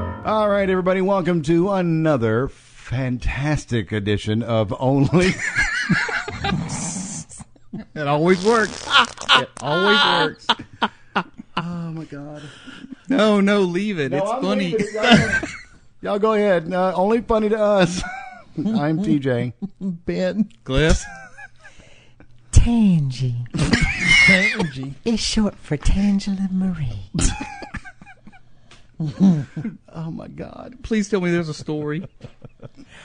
right, everybody, welcome to another fantastic edition of Only. It always works. It always works. oh my God! No, no, leave it. it's I'm funny. leaving it. Y'all go- Y'all go ahead. Uh, only funny to us. I'm TJ. Ben. Cliff. Tangy Tangy. is short for Tangela Marie. Oh my God! Please tell me there's a story.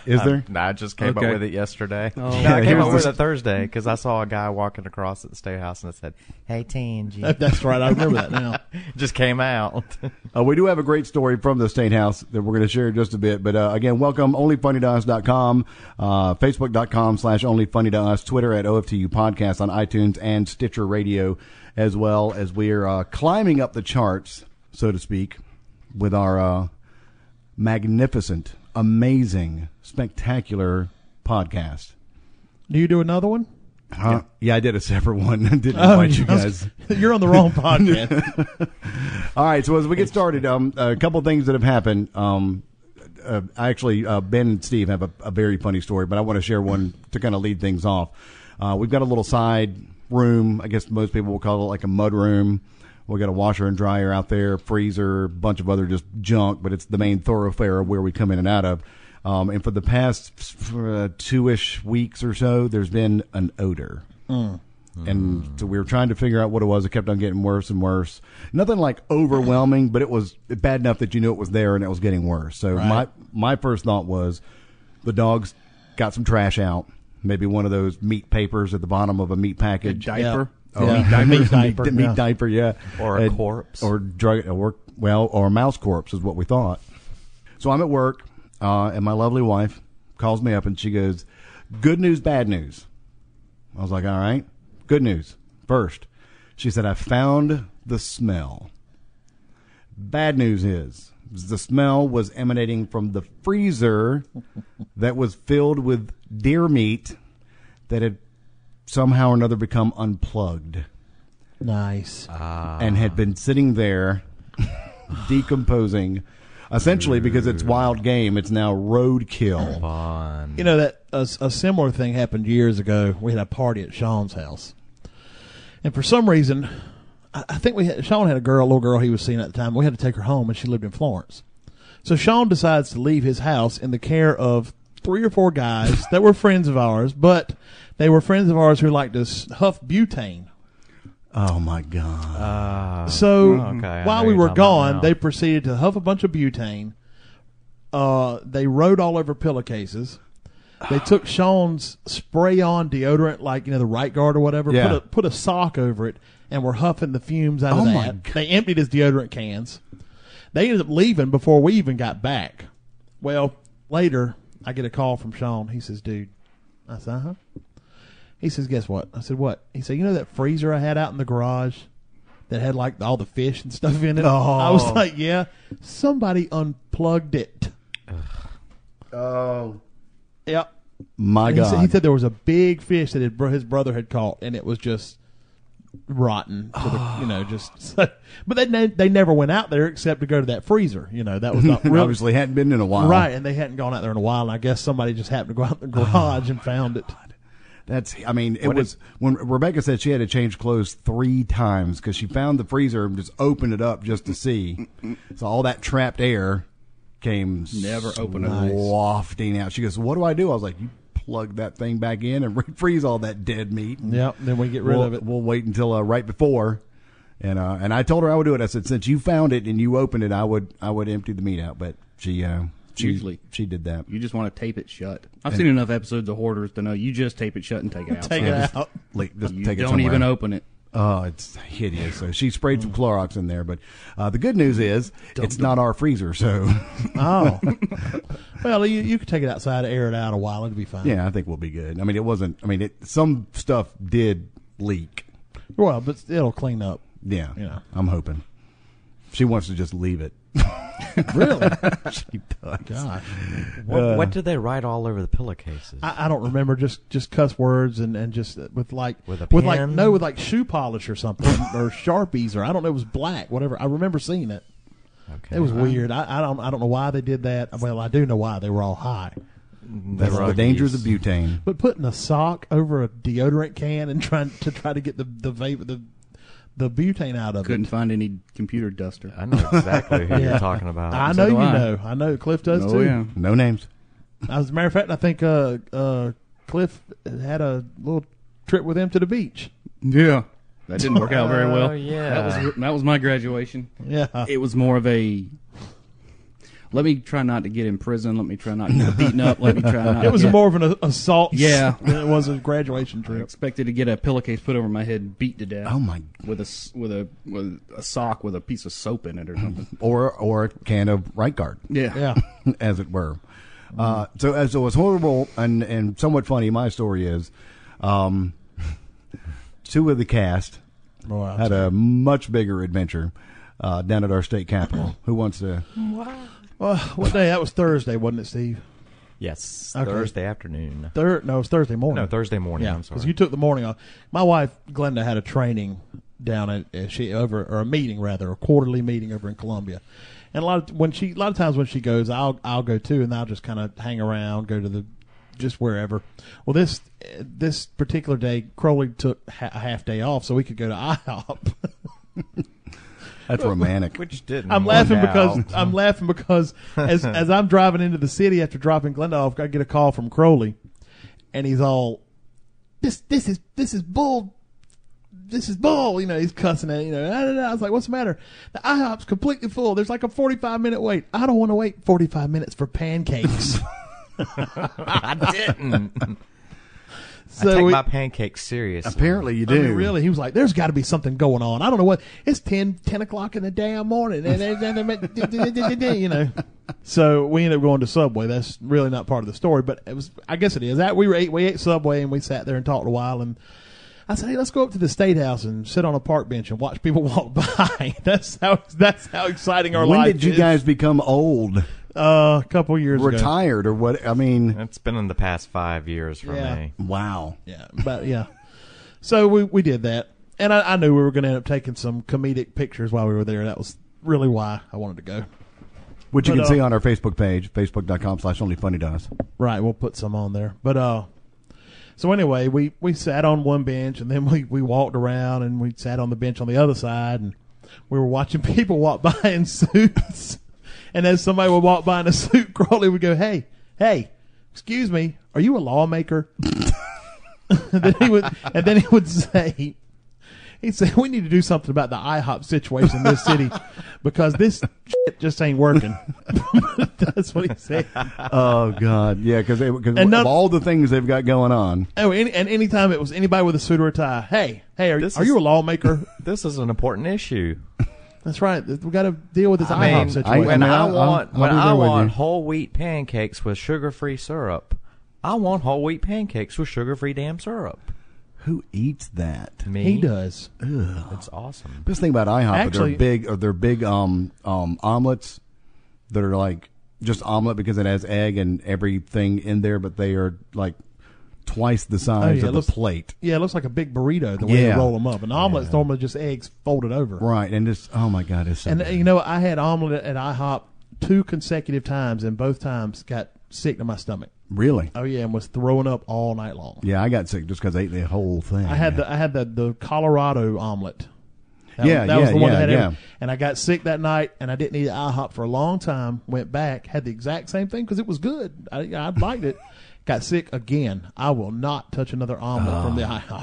Is there? No, I just came Okay. up with it yesterday. Oh. No, Yeah, I here's came up with the- it Thursday because I saw a guy walking across at the state house and I said, "Hey, Tangy," That's right. I remember that now. just came out. Uh, we do have a great story from the State House that we're going to share in just a bit. But uh, again, welcome onlyfunnytos.com, uh, facebook.com slash onlyfunnytos, Twitter at OFTU Podcast on iTunes and Stitcher Radio, as well as we're uh, climbing up the charts, so to speak, with our uh, magnificent, amazing, spectacular podcast. Do you do another one? Huh? Yeah. I did a separate one. I didn't invite you guys. You're on the wrong podcast. All right, so as we get started, um, a couple things that have happened. Um, uh, actually, uh, Ben and Steve have a, a very funny story, but I want to share one to kind of lead things off. Uh, we've got a little side room. I guess most people will call it like a mud room. We got a washer and dryer out there, freezer, bunch of other just junk, but it's the main thoroughfare of where we come in and out of. Um, and for the past uh, two ish weeks or so, there's been an odor and so we were trying to figure out what it was. It kept on getting worse and worse. Nothing like overwhelming, but it was bad enough that you knew it was there and it was getting worse. So my my first thought was, the dogs got some trash out, maybe one of those meat papers at the bottom of a meat package, diaper? Oh, Yeah. meat diaper, Meat meat diaper, di- meat yeah. diaper, yeah, Or a And- corpse. or drug, or well, or a mouse corpse is what we thought. So I'm at work, uh, and my lovely wife calls me up and she goes, "Good news, bad news." I was like, "All right, good news first. She said, "I found the smell." Bad news is the smell was emanating from the freezer that was filled with deer meat that had somehow or another become unplugged Ah. nice. and had been sitting there decomposing essentially because it's wild game it's now Oh. roadkill Fun. You know that a, a similar thing happened years ago. We had a party at Sean's house, and for some reason, I, I think we had, Sean had a girl, little girl he was seeing at the time. We had to take her home, and she lived in Florence. So Sean decides to leave his house in the care of three or four guys that were friends of ours, but they were friends of ours who liked to s- huff butane. oh my god So Oh, okay, I while know we you're were talking about gone, now. they proceeded to huff a bunch of butane. Uh, they rode all over pillowcases. They took Sean's spray-on deodorant, like you know the right guard or whatever, Yeah. put a put a sock over it, and were huffing the fumes out Oh of my that. They emptied his deodorant cans. They ended up leaving before we even got back. Well, later I get a call from Sean. He says, "Dude," I said, "Uh huh." He says, "Guess what?" I said, "What?" He said, "You know that freezer I had out in the garage that had like all the fish and stuff in it?" Oh. I was like, "Yeah, somebody unplugged it." oh Yep. my He said, he god said there was a big fish that his, bro- his brother had caught, and it was just rotten. To the, you know, just so, but they ne- they never went out there except to go to that freezer. You know, that was not It real, obviously hadn't been in a while right, and they hadn't gone out there in a while. And I guess somebody just happened to go out in the Oh garage and found it. That's. I mean, it was when Rebecca said she had to change clothes three times because she found the freezer and just opened it up just to see. so all that trapped air came Never open it. wafting out. She goes, "What do I do?" I was like, "You plug that thing back in and refreeze all that dead meat." and Yep. Then we get rid we'll, of it. We'll wait until uh, right before. And uh, and I told her I would do it. I said, since you found it and you opened it, I would I would empty the meat out. But she uh, she Usually. she did that. You just want to tape it shut. I've seen enough episodes of Hoarders to know you just tape it shut and take it out. Take it out. Like, just You take it don't somewhere. even open it. Oh, it's hideous. So she sprayed some Clorox in there, but uh, the good news is it's not our freezer. So Oh. well, you, you could take it outside, air it out a while, it'd be fine. yeah, I think we'll be good. I mean, it wasn't. I mean, it some stuff did leak. Well, but it'll clean up. Yeah, Yeah. I'm hoping she wants to just leave it. Really? she does. Gosh. what, what did they write all over the pillowcases? uh, I, I don't remember just just cuss words and and just with like With a like pen? no with like shoe polish or something or sharpies or I don't know it was black whatever I remember seeing it Okay. It was weird. I, I don't I don't know why they did that. Well, I do know why they were all high. That's the dangers of butane. But putting a sock over a deodorant can and trying to try to get the the vapor the the butane out of Couldn't it. find any computer duster. I know exactly who Yeah. you're talking about. I So know do you I. know. I know Cliff does oh too. yeah. No names. As a matter of fact, I think uh, uh, Cliff had a little trip with him to the beach. Yeah. That didn't work out very well. Oh, yeah. That was that was my graduation. Yeah, It was more of a let me try not to get in prison. Let me try not to get beaten up. Let me try not. it was to get, more of an assault. Uh, Yeah. than it was a graduation I trip. expected to get a pillowcase put over my head, and beat to death. Oh my! With a s- with a with a sock with a piece of soap in it or something. Or or a can of right guard, Yeah. Yeah, as it were. Uh, so as so it's horrible and and somewhat funny. My story is, um, two of the cast Boy, I'm had a much bigger adventure uh, down at our state capitol. Mm-hmm. Who wants to? Well, Uh, what day? That was Thursday, wasn't it, Steve? yes, Okay. Thursday afternoon. Third? No, it was Thursday morning. No, Thursday morning. Yeah, I'm sorry. because you took the morning off. My wife Glenda had a training down at uh, she over or a meeting rather, a quarterly meeting over in Columbia. And a lot of when she a lot of times when she goes, I'll I'll go too, and I'll just kind of hang around, go to the just wherever. Well, this uh, this particular day, Crowley took ha- a half day off, so we could go to IHOP. That's romantic. Which didn't. I'm Well, laughing now. because I'm laughing because as as I'm driving into the city after dropping Glenda off, I get a call from Crowley, and he's all, "This this is this is bull, this is bull." You know, he's cussing at you know. "Ah, da, da." I was like, "What's the matter?" The IHOP's completely full. There's like a 45 minute wait. I don't want to wait 45 minutes for pancakes. I didn't. so I take we- my pancakes serious. Apparently, you do. I mean, really, he was like, "There's got to be something going on." I don't know what. It's 10, 10 o'clock in the damn morning, and they- they- they- they- you know. So we ended up going to Subway. That's really not part of the story, but it was. I guess it is. That we were ate, we ate Subway, and we sat there and talked a while. And I said, "Hey, let's go up to the state house and sit on a park bench and watch people walk by." that's how. That's how exciting our When life. did you is. guys become old, Uh, a couple years ago. retired, or what? I mean, It's been in the past five years for Yeah. me. wow. Yeah, but yeah. So we we did that, and I, I knew we were going to end up taking some comedic pictures while we were there. That was really why I wanted to go. Which you But, can see uh, on our Facebook page, facebook.com slash only funny to us. Right, we'll put some on there. But uh, so anyway, we we sat on one bench, and then we we walked around, and we sat on the bench on the other side, and we were watching people walk by in suits. and as somebody would walk by in a suit, Crawley would go, "Hey, hey." Excuse me, are you a lawmaker? and then he would, and then he would say, He said, "We need to do something about the IHOP situation in this city because this shit just ain't working." That's what he said. Oh God, yeah, because because And none- of all the things they've got going on, Oh, any, and anytime it was anybody with a suit or a tie, hey, hey, are, This are is- you a lawmaker? This is an important issue. That's right. We got to deal with this I IHOP mean, I situation. when mean, I I'll- want I'll- I'll when be I there with want you. whole wheat pancakes with sugar-free syrup, I want whole wheat pancakes with sugar-free damn syrup. who eats that? Me, he does. It's awesome. This thing about IHOP, Actually- they're big, or they're big um um omelets that are like just omelet because it has egg and everything in there, but they are like twice the size Oh, yeah, it of looks- the plate, Yeah, it looks like a big burrito the way Yeah. you roll them up. An omelet's normally just eggs folded over. right? And it's oh my God, it's so And good. uh, you know, I had omelet at IHOP two consecutive times, and both times got sick to my stomach. really, Oh yeah, and was throwing up all night long. yeah. I got sick just because I ate the whole thing. I had the I had the the Colorado omelet. That Yeah, was, that was yeah, the one yeah, that had yeah. every- And I got sick that night, and I didn't eat IHOP for a long time. Went back, had the exact same thing because it was good. I, I liked it. Got sick again. I will not touch another omelet from Ah. the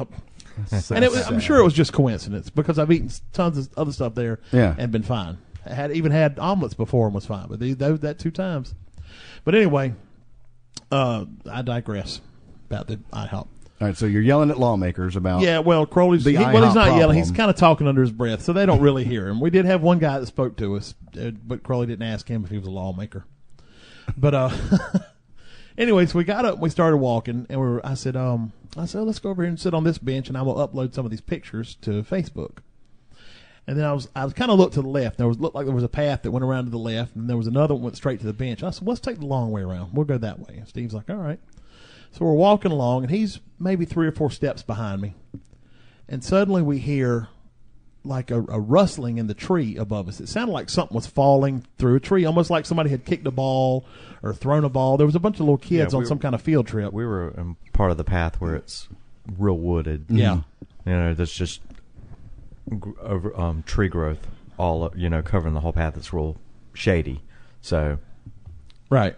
IHOP. and it was, I'm sure it was just coincidence because I've eaten tons of other stuff there Yeah. and been fine. I had even had omelets before and was fine, but these, those, that two times. But anyway, uh, I digress about the IHOP. all right. So you're yelling at lawmakers about Yeah, well, Crowley's The he- well, he's IHOP not yelling. He's problem. kind of talking under his breath, so they don't really hear him. We did have one guy that spoke to us, uh, but Crowley didn't ask him if he was a lawmaker. But uh, anyway, so we got up, we started walking, and we were, I said, um, I said, let's go over here and sit on this bench, and I will upload some of these pictures to Facebook. And then I was I was kind of looked to the left. There was looked like there was a path that went around to the left, and there was another one went straight to the bench. I said, "Let's take the long way around. We'll go that way." And Steve's like, "All right." So we're walking along, and he's maybe three or four steps behind me, and suddenly we hear like a, a rustling in the tree above us. It sounded like something was falling through a tree, almost like somebody had kicked a ball or thrown a ball. There was a bunch of little kids Yeah, on we- some kind of field trip. We were in part of the path where it's real wooded. Yeah. You know, that's just gr- over, um, tree growth all, o- you know, covering the whole path. It's real shady. So, right.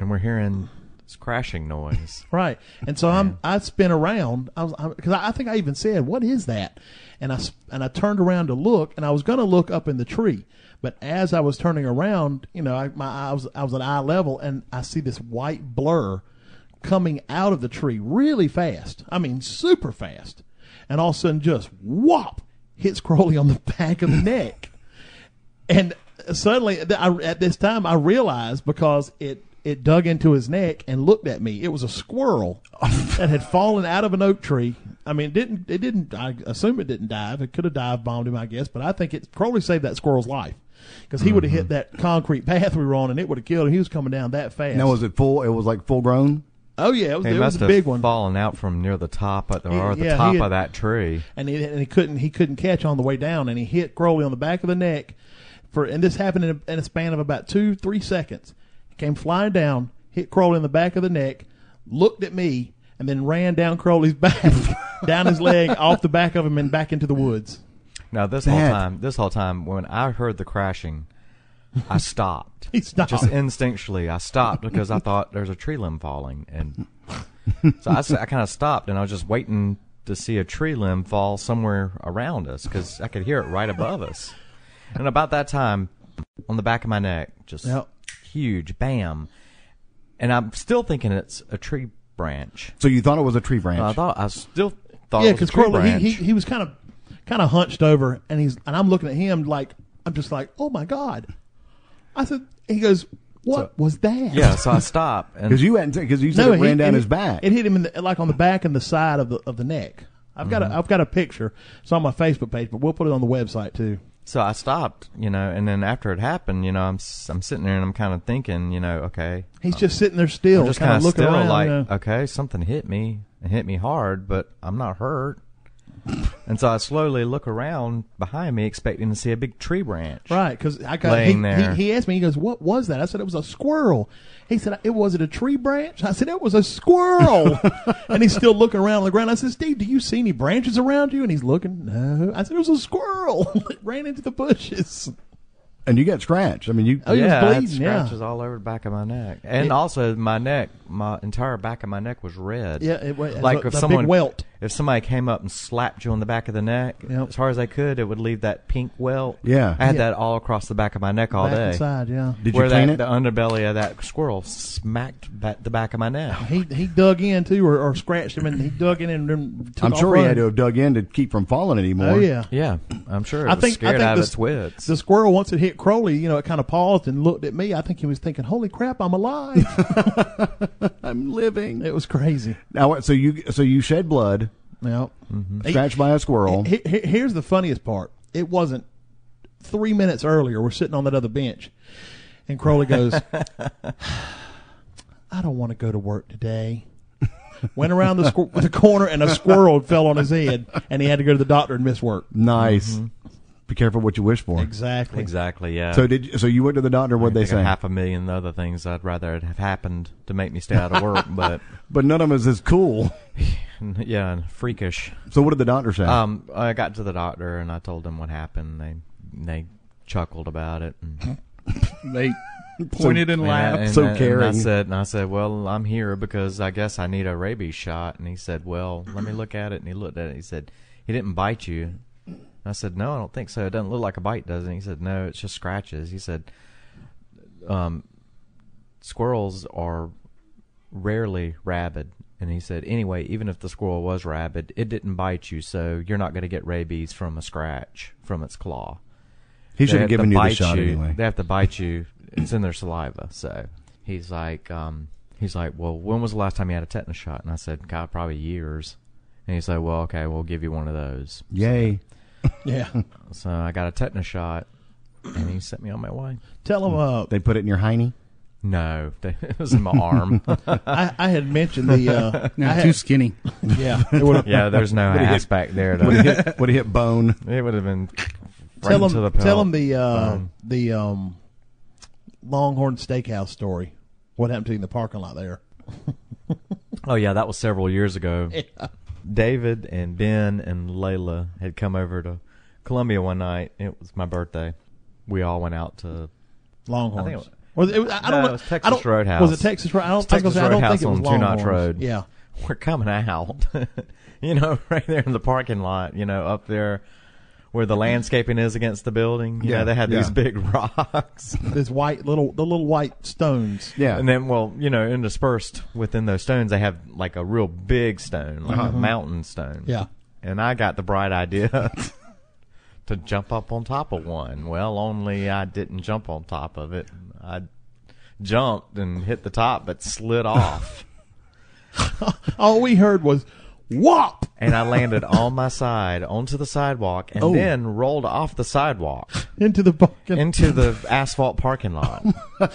and we're hearing this crashing noise. Right. And so I'm I spin around. I was because I, I think I even said, "What is that?" And I s- and I turned around to look, and I was going to look up in the tree, but as I was turning around, you know, I, my I was I was at eye level, and I see this white blur coming out of the tree really fast. I mean, super fast. And all of a sudden, just whop hits Crowley on the back of the neck and suddenly th- I, at this time i realized because it it dug into his neck and looked at me it was a squirrel that had fallen out of an oak tree i mean it didn't it didn't i assume it didn't dive it could have dive bombed him i guess but i think it probably saved that squirrel's life because he would have hit that concrete path we were on and it would have killed him he was coming down that fast Now was it full? It was like full grown. oh yeah it was, He it must was a have big one fallen out from near the top of the, or the Yeah, he top had- of that tree. and he, and he couldn't he couldn't catch on the way down, and he hit Crowley on the back of the neck for and this happened in a, in a span of about two three seconds. He came flying down, hit Crowley in the back of the neck, looked at me, and then ran down Crowley's back, down his leg, off the back of him, and back into the woods. Now this That- whole time, this whole time, when I heard the crashing, I stopped. He stopped. Just instinctually, I stopped because I thought there's a tree limb falling, and so I, kind of stopped and I was just waiting to see a tree limb fall somewhere around us because I could hear it right above us. And about that time, on the back of my neck, just Yep. huge bam, and I'm still thinking it's a tree branch. So you thought it was a tree branch? Uh, I thought I still thought Oh, yeah, it was because a tree Crowley he, he branch. he was kind of kind of hunched over, and he's and I'm looking at him like I'm just like oh my god. I said he goes what was that? yeah, so I stopped and Because you hadn't because you said it it ran hit- down it- his back. It hit him in the, like on the back and the side of the of the neck. I've got Mm-hmm. a, I've got a picture. It's on my Facebook page, but we'll put it on the website too. so I stopped, you know, and then after it happened, you know, I'm s- I'm sitting there and I'm kind of thinking, you know, okay, He's just sitting there still, Uh, I'm just kind of kinda looking still around. like, uh, you know. okay, something hit me, it hit me hard, but I'm not hurt. and so I slowly look around behind me, expecting to see a big tree branch. Right, because I got Laying he, there. He, he asked me, he goes, "What was that?" I said, "It was a squirrel." He said, "It was it a tree branch?" I said, "It was a squirrel." and he's still looking around on the ground. I said, "Steve, do you see any branches around you?" And he's looking. No, I said, "It was a squirrel. it ran into the bushes." and you got scratched. I mean, you. Oh, he was yeah, I had bleeding, yeah. scratches all over the back of my neck, and also my neck, my entire back of my neck was red. Yeah, it was like a, if a someone big welt. if somebody came up and slapped you on the back of the neck Yep. as hard as they could, it would leave that pink welt. Yeah. I had Yeah. that all across the back of my neck all back day. and side, yeah. Did you Where clean that, it? the underbelly of that squirrel smacked back the back of my neck. He he dug in too, or, or scratched him, and he dug in and then took I'm off sure he had to running. have dug in to keep from falling anymore. Oh yeah. Yeah, I'm sure it I was think, I scared think out the, of its wits. the squirrel once it hit Crowley, you know, it kind of paused and looked at me. I think he was thinking, "Holy crap, I'm alive!" I'm living. it was crazy. Now, so you so you shed blood, Now, scratched by a squirrel. he- he- here's the funniest part. It wasn't three minutes earlier. We're sitting on that other bench, and Crowley goes, "I don't want to go to work today." Went around the, squ- the corner, and a squirrel fell on his head, and he had to go to the doctor and miss work. nice. mm-hmm. Be careful what you wish for. Exactly. Exactly. Yeah. So did you- so you went to the doctor? What they Think of say? half a million other things I'd rather have happened to make me stay out of work, but But none of them is as cool. yeah, freakish. So what did the doctor say? Um, I got to the doctor and I told them what happened. They they chuckled about it. And, They pointed and and I- laughed. and So I- and caring. I said, and I said, well, I'm here because I guess I need a rabies shot. And he said, well, let me look at it. And he looked at it. And he said, he didn't bite you. And I said, no, I don't think so. It doesn't look like a bite, does it? He said, no, it's just scratches. He said, um, squirrels are rarely rabid. And he said, anyway, even if the squirrel was rabid, it didn't bite you, so you're not going to get rabies from a scratch from its claw. he They should have to given you the bite shot you- anyway. They have to bite you. It's in their saliva. So he's like, um, he's like, well, when was the last time you had a tetanus shot? And I said, God, probably years. And he's like, well, okay, we'll give you one of those. Yay! Yeah. So I got a tetanus shot, and he sent me on my way. Tell him uh, They put it in your hiney. No, it was in my arm. I, I had mentioned the. Uh, No, I had- too skinny. yeah. it would've- yeah, there's no What do you- ass back there. Would he To, hit, would he hit bone? it would have been right tell into the him. Tell him the uh, Um, the um, Longhorn Steakhouse story. What happened to you in the parking lot there? Oh yeah, that was several years ago. David and Ben and Layla had come over to Columbia one night. It was my birthday. We all went out to Longhorns. I think it was- Or it was- I don't No, know. it was I Texas don't, Roadhouse. Was it Texas Roadhouse? I don't, Texas I was gonna say, I don't Roadhouse think it was on Two Notch Longhorns. Road. Yeah. we're coming out. you know, right there in the parking lot, you know, up there where the landscaping is against the building. You Yeah, know, they had these yeah. big rocks. These white little the little white stones. Yeah. And then, well, you know, interspersed within those stones, they have like a real big stone, like Uh-huh. a mountain stone. Yeah. And I got the bright idea to jump up on top of one. Well, only I didn't jump on top of it. I jumped and hit the top, but slid off. All we heard was whop. and I landed on my side onto the sidewalk and Oh. then rolled off the sidewalk into the parking. into the asphalt parking lot,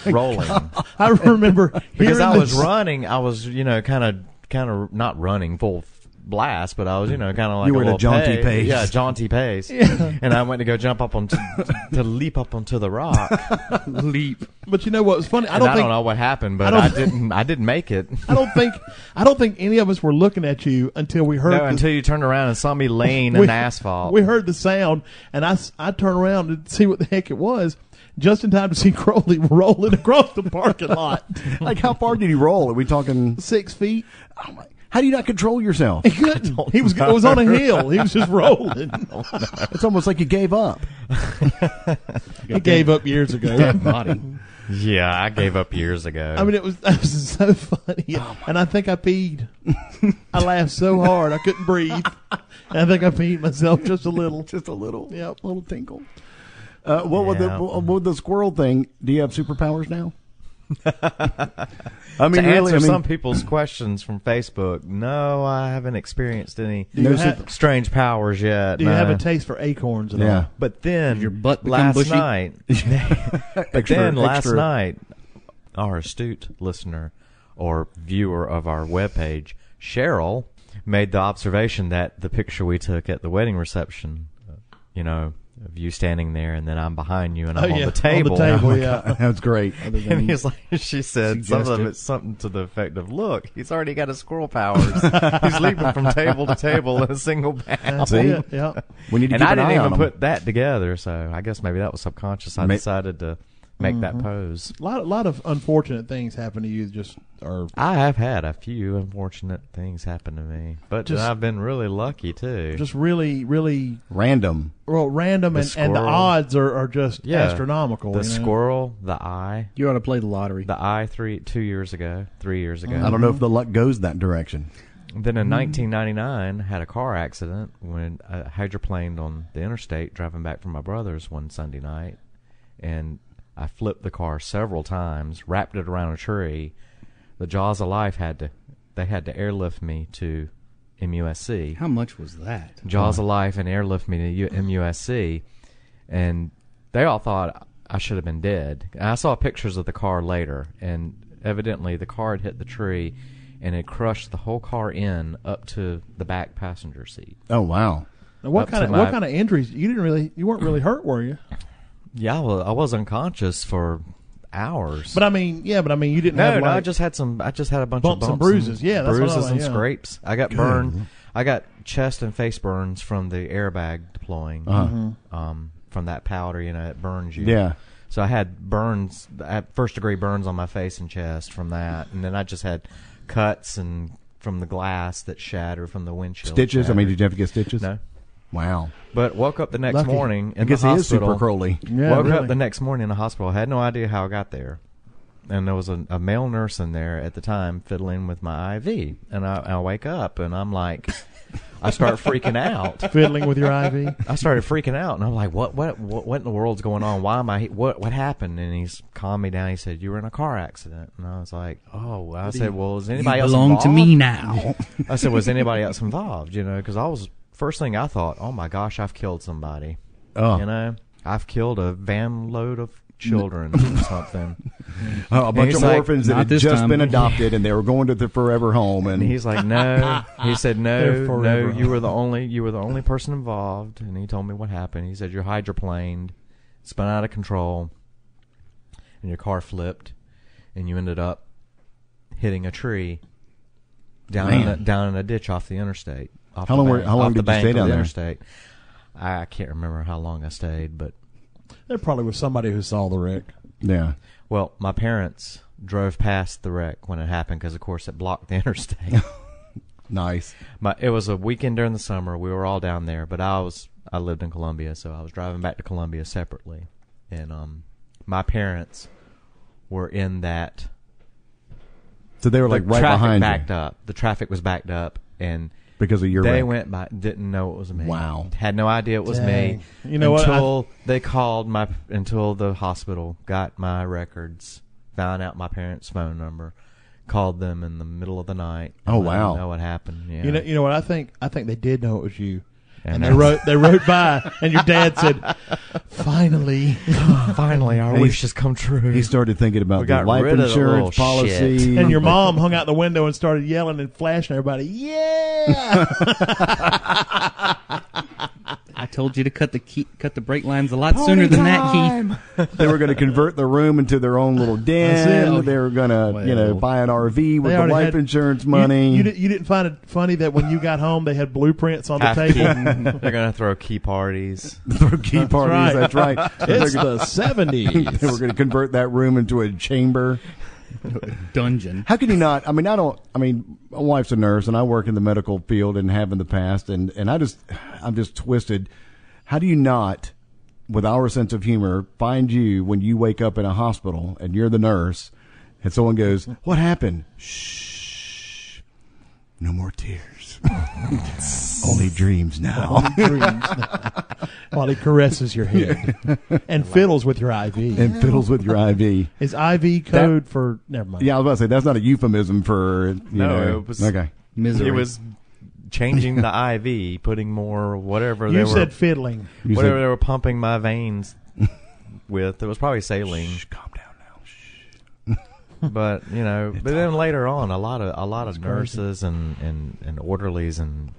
rolling. I remember Because hearing I was this- running, I was you know kind of kind of not running full blast, but I was you know kind of like You were a at a little jaunty pace. yeah, jaunty pace. And I went to go jump up on t- to leap up onto the rock. Leap. But you know what was funny? I and don't I think don't know what happened, but I I, don't- didn't. I didn't make it. I don't think I don't think any of us were looking at you until we heard No, the- until you turned around and saw me laying we- in asphalt. We heard the sound, and I s- I turned around to see what the heck it was, just in time to see Crowley rolling across the parking lot, Like, how far did he roll? Are we talking? six feet. Oh my- How do you not control yourself? He couldn't. He was it was on a hill. He was just rolling. It's almost like you gave up. he gave up years ago. Dead body. yeah, I gave up years ago. I mean, it was, it was so funny, and I think I peed. I laughed so hard I couldn't breathe. And I think I peed myself just a little. Just a little, Yep. little tinkle. Uh, what was the Yeah. what was the squirrel thing? Do you have superpowers now? I mean, to really, answer I mean, some people's questions from Facebook, no, I haven't experienced any No you ha- sup- strange powers yet. Do you no. have a taste for acorns? At yeah. all? but then Did your butt become last bushy? night, But then last night, our astute listener or viewer of our webpage, Cheryl, made the observation that the picture we took at the wedding reception, you know, of you standing there and then I'm behind you and I'm Oh, on yeah, the table. On the table, yeah. that's great. And he's like, she said something suggestive. of it, something to the effect of, "Look, he's already got his squirrel powers. he's leaping from table to table in a single bound." See? Yeah, yeah. We need to and keep I an didn't eye even on 'em. put that together, so I guess maybe that was subconscious. I Ma- decided to make Mm-hmm. that pose. A lot, lot of unfortunate things happen to you. Just or I have had a few unfortunate things happen to me, but Just- I've been really lucky too. just really, really random. well, random, The and, and the squirrel. odds are, are just Yeah. astronomical. the you know? squirrel, the eye, You ought to play the lottery. the eye. Three, two years ago, three years ago. Mm-hmm. I don't know if the luck goes that direction. Then in 1999, had a car accident when I hydroplaned on the interstate driving back from my brother's one Sunday night, and I flipped the car several times, wrapped it around a tree. The jaws of life had to, they had to airlift me to MUSC. How much was that? Jaws of Life and airlift me to U- MUSC, and they all thought I should have been dead. And I saw pictures of the car later, and evidently the car had hit the tree, and it crushed the whole car in up to the back passenger seat. Oh wow. Now, what Up kind to of my- what kind of injuries? You didn't really, you weren't really hurt, were you? Yeah, I was, I was unconscious for hours. But I mean, yeah, but I mean, you didn't. no, have, no, like, I just had some. I just had a bunch Bumps of and bumps bruises. Yeah, that's what I bruises like, and yeah. scrapes. I got burned. I got chest and face burns from the airbag deploying. Uh-huh. Um, from that powder, you know, it burns you. Yeah. So I had burns, I had first degree burns on my face and chest from that, and then I just had cuts and from the glass that shattered from the windshield. Stitches. I mean, shattered. did you have to get stitches? no. Wow. But woke up the next Lucky. morning in I guess the he is hospital. super Crowley. Yeah, woke really. up the next morning in the hospital. I had no idea how I got there. And there was a, a male nurse in there at the time fiddling with my IV. And I, I wake up and I'm like, I start freaking out. fiddling with your IV. I started freaking out, and I'm like, "What? What? What, what in the world's going on? Why am I? What? What happened?" And he's calmed me down. He said, "You were in a car accident." And I was like, "Oh." I said, "Well, is You anybody else belong to involved?" me now. I said, "Was anybody else involved?" You know, because I was first thing I thought, "Oh my gosh, I've killed somebody." Oh. You know, I've killed a van load of children or something. Uh, a bunch he's of like, orphans that "Not had this just time." been adopted and they were going to the forever home. And, And he's like, "No." He said, They're "No, no. forever You were the only. You were the only person involved." And he told me what happened. He said, "You're hydroplaned, spun out of control, and your car flipped, and you ended up hitting a tree down in a, Man. down in a ditch off the interstate. Off How the long were- bank- how long off the did you bank stay of down the there? Interstate. I can't remember how long I stayed, but There probably was somebody who saw the wreck. yeah. Well, my parents drove past the wreck when it happened because, of course, it blocked the interstate. Nice. my, it was a weekend during the summer. We were all down there, but I was I lived in Columbia, so I was driving back to Columbia separately, and um, my parents were in that. So they were like the right traffic behind backed you up. The traffic was backed up, and because of your they wreck. went by, didn't know it was me. Wow. had no idea it was Dang. me. You know what? I- until they called my until the hospital got my records, found out my parents' phone number, called them in the middle of the night. and Oh, let them wow. know what happened? Yeah, You know, you know what I think? I think they did know it was you. And And they I- wrote, they wrote by, and your dad said, "Finally, finally our And wish he's- has come true. He started thinking We about the got life rid of the little insurance policy. shit. And your mom hung out the window and started yelling and flashing everybody. Yeah. I told you to cut the key, cut the brake lines a lot sooner than that, Keith. they were going to convert the room into their own little That's den. it. They were going to, you know, Well. buy an RV with They the already life had- insurance money. You, you, di- you didn't find it funny that when you got home they had blueprints on the Half table. key. They're gonna throw key parties. throw key parties. right. That's right. It's They're the seventies. gonna- they were going to convert that room into a chamber. Dungeon. How can you not? I mean, I don't. I mean, my wife's a nurse, and I work in the medical field and have in the past, and and I just, I'm just twisted. How do you not, with our sense of humor, find you when you wake up in a hospital and you're the nurse, and someone goes, "What happened?" Shh, no more tears. Only dreams now. While he caresses your head and fiddles with your IV. and fiddles with your IV. Is IV code for? Never mind. Yeah, I was about to say that's not a euphemism for you No, know. it was- okay. Misery. It was changing the IV, putting more whatever You they were said fiddling. You whatever said- they were pumping my veins with. It was probably saline. Shh, calm down now. Shh. but you know, but then later on, a lot of a lot of nurses and, and and orderlies and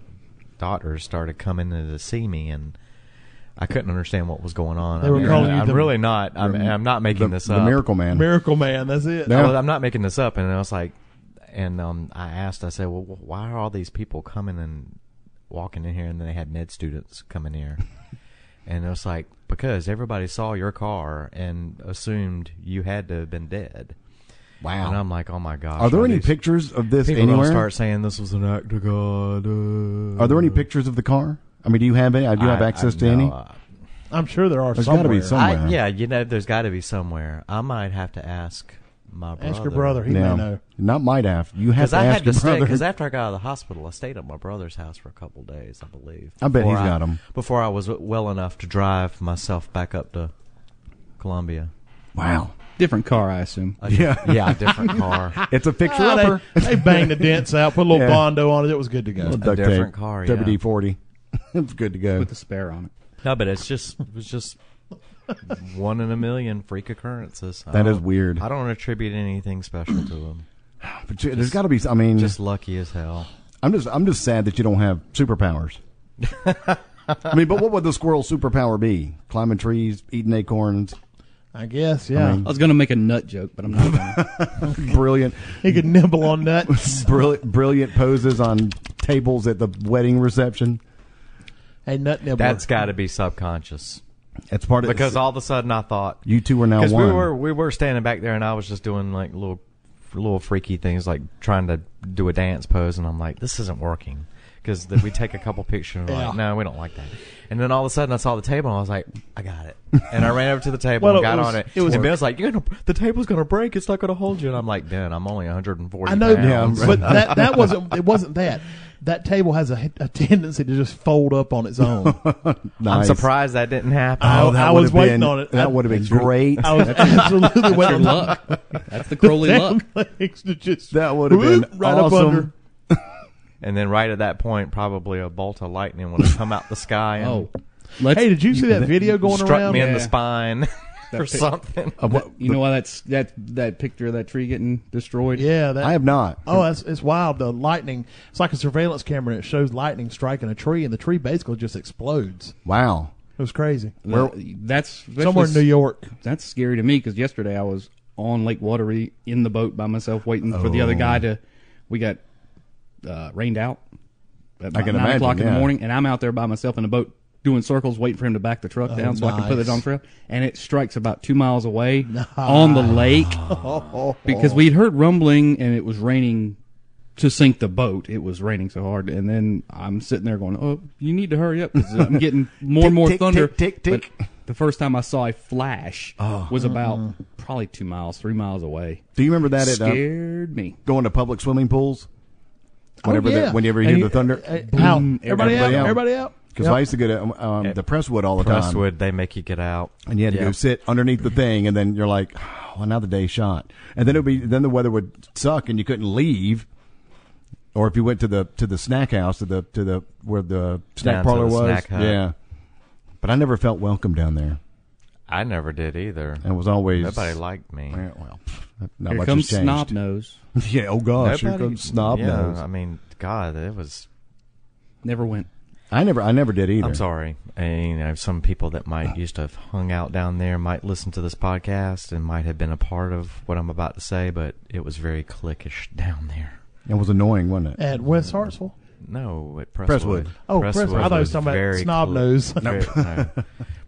doctors started coming in to see me, and I couldn't understand what was going on. They I were calling you I'm the- really not. I'm, I'm not making the, this the up. Miracle Man. Miracle Man. That's it. No. I was- I'm not making this up. And I was like, and um, I asked, I said, well, wh- why are all these people coming and walking in here? And then they had med students coming here. and it was like, because everybody saw your car and assumed you had to have been dead. Wow. And I'm like, oh my gosh. Are there any these pictures of this People anywhere? gonna start saying this was an act of God. uh. Are there any pictures of the car? I mean, do you have any? Do you have I- access I- to no, any? I- I'm sure there are There's somewhere. gotta be some. I- Somewhere. yeah, you know, there's got to be somewhere. I might have to ask my brother. Ask your brother. He No. may know. Not might have. You have Because to I ask had to your stay. brother. Because after I got out of the hospital, I stayed at my brother's house for a couple days, I believe. I bet before he's got 'em. Before I was w- well enough to drive myself back up to Columbia. wow. different car, I assume. A- Yeah. yeah, a different car. It's a picture Ah, upper. they, they banged the dents out, put a little Yeah. bondo on it. It was good to go. Duct tape. different car, yeah. WD forty. It's good to go. with a spare on it. No, but it's just it was just one in a million freak occurrences. I That is don't- weird. I don't attribute anything special to them. But you- there's got to be. I mean, Just lucky as hell. I'm just. I'm just sad that you don't have superpowers. I mean, but what would the squirrel superpower be? Climbing trees, eating acorns. I guess. Yeah. I was going to make a nut joke, but I'm not. Gonna. Brilliant. he could nibble on nuts. Brilliant, brilliant poses on tables at the wedding reception. hey, nut nibbler. That's got to be subconscious. It's part of Because all of a sudden I thought you two are now Because one. we were we were standing back there, and I was just doing like little little freaky things, like trying to do a dance pose, and I'm like, this isn't working. Because we take a couple pictures, and we're like, Yeah. no, we don't like that. And then all of a sudden, I saw the table, and I was like, I got it. And I ran over to the table Well, and it got was- on it. it was- and Bill's like, You're gonna, the table's gonna break. It's not gonna hold you. And I'm like, Ben, I'm only 140. I know, pounds. but that that wasn't it. Wasn't that that table has a, a tendency to just fold up on its own? I'm Nice. surprised that didn't happen. Oh, that I was would've been- waiting on it. That I- would have been That's your- great. I was absolutely That's your waiting. on luck. That's the Crowley luck. damn legs to just That would have been whoop, right awesome. up under. and then right at that point, probably a bolt of lightning would have come out the sky and Oh, let's Hey, did you see that video going struck around? me in Yeah. the spine. or something. Uh, what- You know why that's that that picture of that tree getting destroyed? Yeah, that, I have not. Oh, that's, it's wild. The lightning. It's like a surveillance camera, and it shows lightning striking a tree, and the tree basically just explodes. Wow. It was crazy. Where, that's that's Somewhere in what's- New York. That's scary to me because yesterday I was on Lake Watery in the boat by myself, waiting for the other guy to. We got uh, rained out at I can nine imagine, o'clock in yeah. the morning, and I'm out there by myself in the boat doing circles, waiting for him to back the truck down so I can put nice. it on trail. And it strikes about two miles away on the lake because we'd heard rumbling and it was raining. To sink the boat, it was raining so hard, and then I'm sitting there going, "Oh, you need to hurry up! 'cause I'm getting more and more Tick, tick, thunder." tick, tick, tick. Oh. Mm-hmm. But the first time I saw a flash was about probably two miles, three miles away. Do you remember that at uh, Scared me. going to public swimming pools? Whenever oh, yeah. the, whenever you And hear the thunder, uh, out. Boom, everybody Everybody, out. out. Everybody out. because I used to go to um, the Presswood all the time. Presswood, they make you get out. and you had to go Yeah. sit underneath the thing, and then you're like, oh, another day shot, and then it would be then the weather would suck, and you couldn't leave. Or if you went to the to the snack house to the to the where the snack Down to parlor the was, snack hut. yeah. But I never felt welcome down there, I never did either. and it was always Nobody liked me. Yeah, well, not Here much comes has changed. snob nose. yeah, oh gosh, here Nobody- comes snob yeah, nose. I mean, God, it was. Never went. I never, I never did either. I'm sorry. And, you know, some people that might used to have hung out down there might listen to this podcast and might have been a part of what I'm about to say, but it was very cliquish down there. It was annoying, wasn't it? At West Hartsville. No, at Presswood. Presswood. Oh, Presswood. I thought he was was talking about very snob cli- nose. very- no.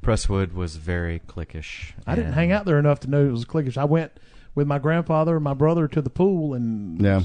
Presswood was very cliquish. I didn't and- hang out there enough to know it was clickish. I went with my grandfather and my brother to the pool and Yeah.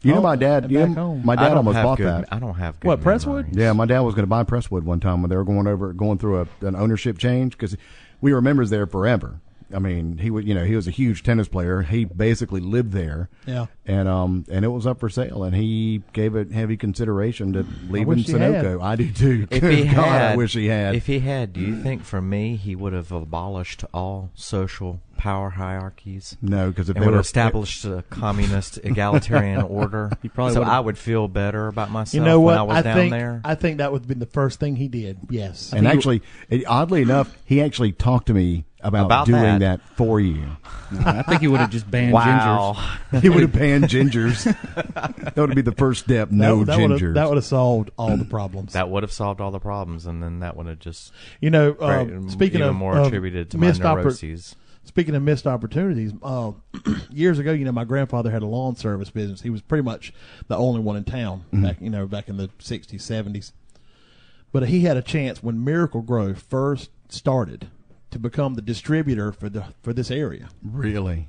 You know, Home my dad. and You back know, home. my Oh, I dad don't almost have bought good, that. I don't have good What, Presswood? memories. Yeah, my dad was going to buy Presswood one time when they were going over, going through a, an ownership change because we were members there forever. I mean, he would, you know, he was a huge tennis player. He basically lived there. Yeah. And um, and it was up for sale, and he gave it heavy consideration to leaving wish he had. Sunoco. I do too. If Good he God, had, I wish he had. If he had, do Mm. you think for me he would have abolished all social power hierarchies? Mm. no, because if and they would were have established a communist egalitarian order. probably so would've- I would feel better about myself You know what? when I was down think there. I think that would have been the first thing he did. Yes. and actually, it- oddly enough, he actually talked to me about, About doing that. that. for you. No, I think he would have just banned gingers. He would have banned gingers. that would be the first step. That- No that, would gingers. have, that would have solved all the problems. That would have solved all the problems, and then that would have just you know, uh, created speaking even of more of attributed to my missed oppor- neuroses. Speaking of missed opportunities, uh, years ago, you know, my grandfather had a lawn service business. He was pretty much the only one in town back, you know, back in the '60s, '70s. But he had a chance when Miracle Grow first started to become the distributor for the for this area. really.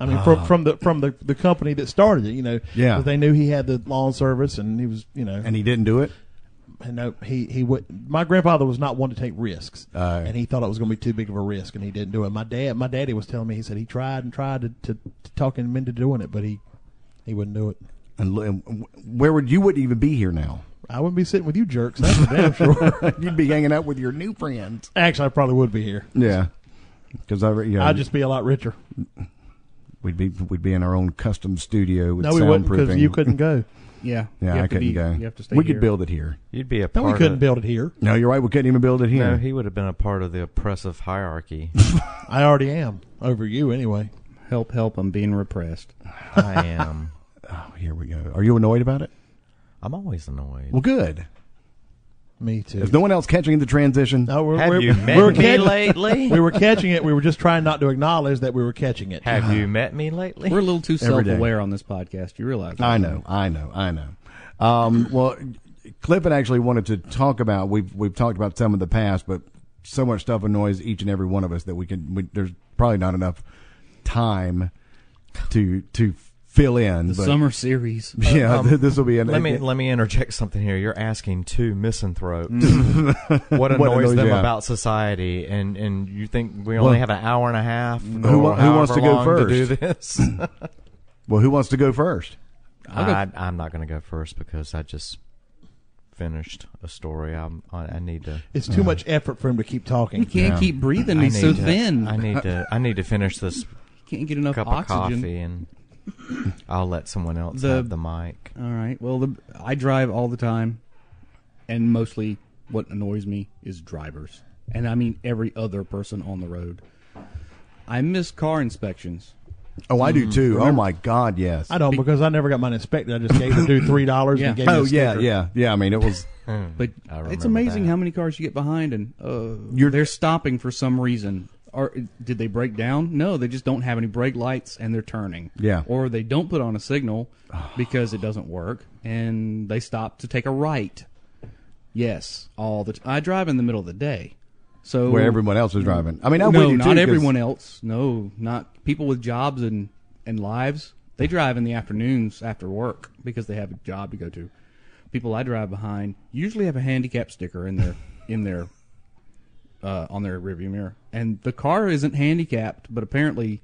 I mean, from, from the from the, the company that started it, you know, Yeah. 'cause they knew he had the lawn service, and he was, you know, And he didn't do it. and no, he he would. My grandfather was not one to take risks, Oh. and he thought it was going to be too big of a risk, and he didn't do it. My dad, my daddy was telling me, he said he tried and tried to, to, to talk him into doing it, but he he wouldn't do it. and l- and w- where would you wouldn't even be here now? I wouldn't be sitting with you jerks. That's for damn sure. You'd be hanging out with your new friends. Actually, I probably would be here. Yeah, because I, re- you know, I'd just be a lot richer. we'd be we'd be in our own custom studio with No, we wouldn't soundproofing. because you couldn't go. Yeah, You Yeah, have I to couldn't be- go. You have to stay we here. could build it here. You'd be a No, part. we couldn't of, build it here. No, you're right. We couldn't even build it here. No, he would have been a part of the oppressive hierarchy. I already am over you anyway. Help! Help! I'm being repressed. I am. oh, here we go. Are you annoyed about it? I'm always annoyed. Well, good. Me too. Is no one else catching the transition? No, we're, Have we're, you met we were me catch- lately? We were catching it. We were just trying not to acknowledge that we were catching it. Have Uh-huh. you met me lately? We're a little too Every day. self-aware on this podcast. You realize? that. I know, I know, I know. Um, well, Clifford actually wanted to talk about we've we've talked about some in the past, but so much stuff annoys each and every one of us that we can. We, there's probably not enough time to to fill in. The but, summer series. yeah, this will be an. Let me let me interject something here. You're asking two misanthropes what annoys Mm. annoys them you? about society, and and you think we Well, only have an hour and a half? wa- who wants to go do first? this? well, who wants to go first? I, I'm not going to go first because I just finished a story. I'm, I I need to. It's too much effort for him to keep He talking. can't Yeah. keep breathing. I need He's so to, thin. I need to. I need to finish this can't get enough cup of oxygen. coffee, and I'll let someone else The- have the mic. All right. Well, the, I drive all the time, and mostly what annoys me is drivers. and I mean every other person on the road. I miss car inspections. Oh, I do too. Oh my God, yes. I don't because I never got mine inspected. I just gave the dude three dollars Yeah. and gave me oh a yeah, sticker. yeah, yeah. I mean, it was. But I it's remember amazing that. how many cars you get behind and uh, You're- they're stopping for some reason. Or did they break down? No, they just don't have any brake lights and they're turning. Yeah. Or they don't put on a signal because it doesn't work and they stop to take a right. Yes, all the t- I drive in the middle of the day. So where everyone else was driving. I mean, I no, waited too, not 'cause- everyone else. No, not people with jobs and and lives. They drive in the afternoons after work because they have a job to go to. People I drive behind usually have a handicap sticker in their in their uh, on their rearview mirror, and the car isn't handicapped, but apparently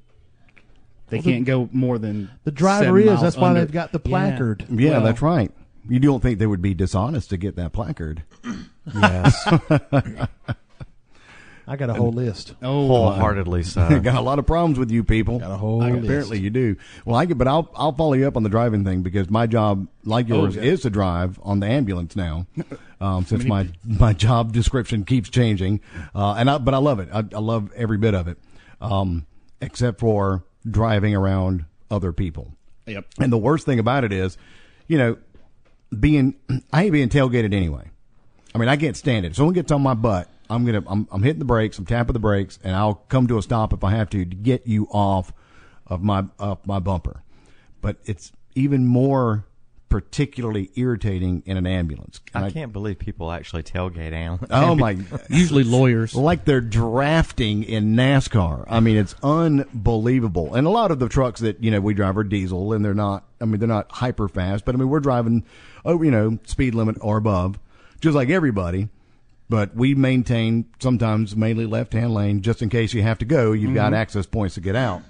they can't go more than The driver seven is. miles That's why under- they've got the Yeah. placard. Yeah, Well- that's right. You don't think they would be dishonest to get that placard? Yes, I got a whole list. Oh, wholeheartedly I so. got a lot of problems with you people. Got a whole I- list. apparently you do. Well, I get, but I'll I'll follow you up on the driving thing because my job, like Oh, yours, yeah. is to drive on the ambulance now, um, since my my job description keeps changing. Uh, and I, but I love it. I, I love every bit of it, um, except for driving around other people. yep. And the worst thing about it is, you know, being I hate being tailgated anyway. I mean, I can't stand it. If someone gets on my butt, I'm gonna I'm, I'm hitting the brakes, I'm tapping the brakes, and I'll come to a stop if I have to to get you off of my up my bumper. But it's even more particularly irritating in an ambulance. And I can't believe people actually tailgate Alan. Oh my! Usually lawyers. like they're drafting in NASCAR. I mean, it's unbelievable. And a lot of the trucks that you know we drive are diesel, and they're not. I mean, they're not hyper fast, but I mean we're driving, oh, you know, speed limit or above, just like everybody. But we maintain sometimes mainly left hand lane just in case you have to go. You've got access points to get out.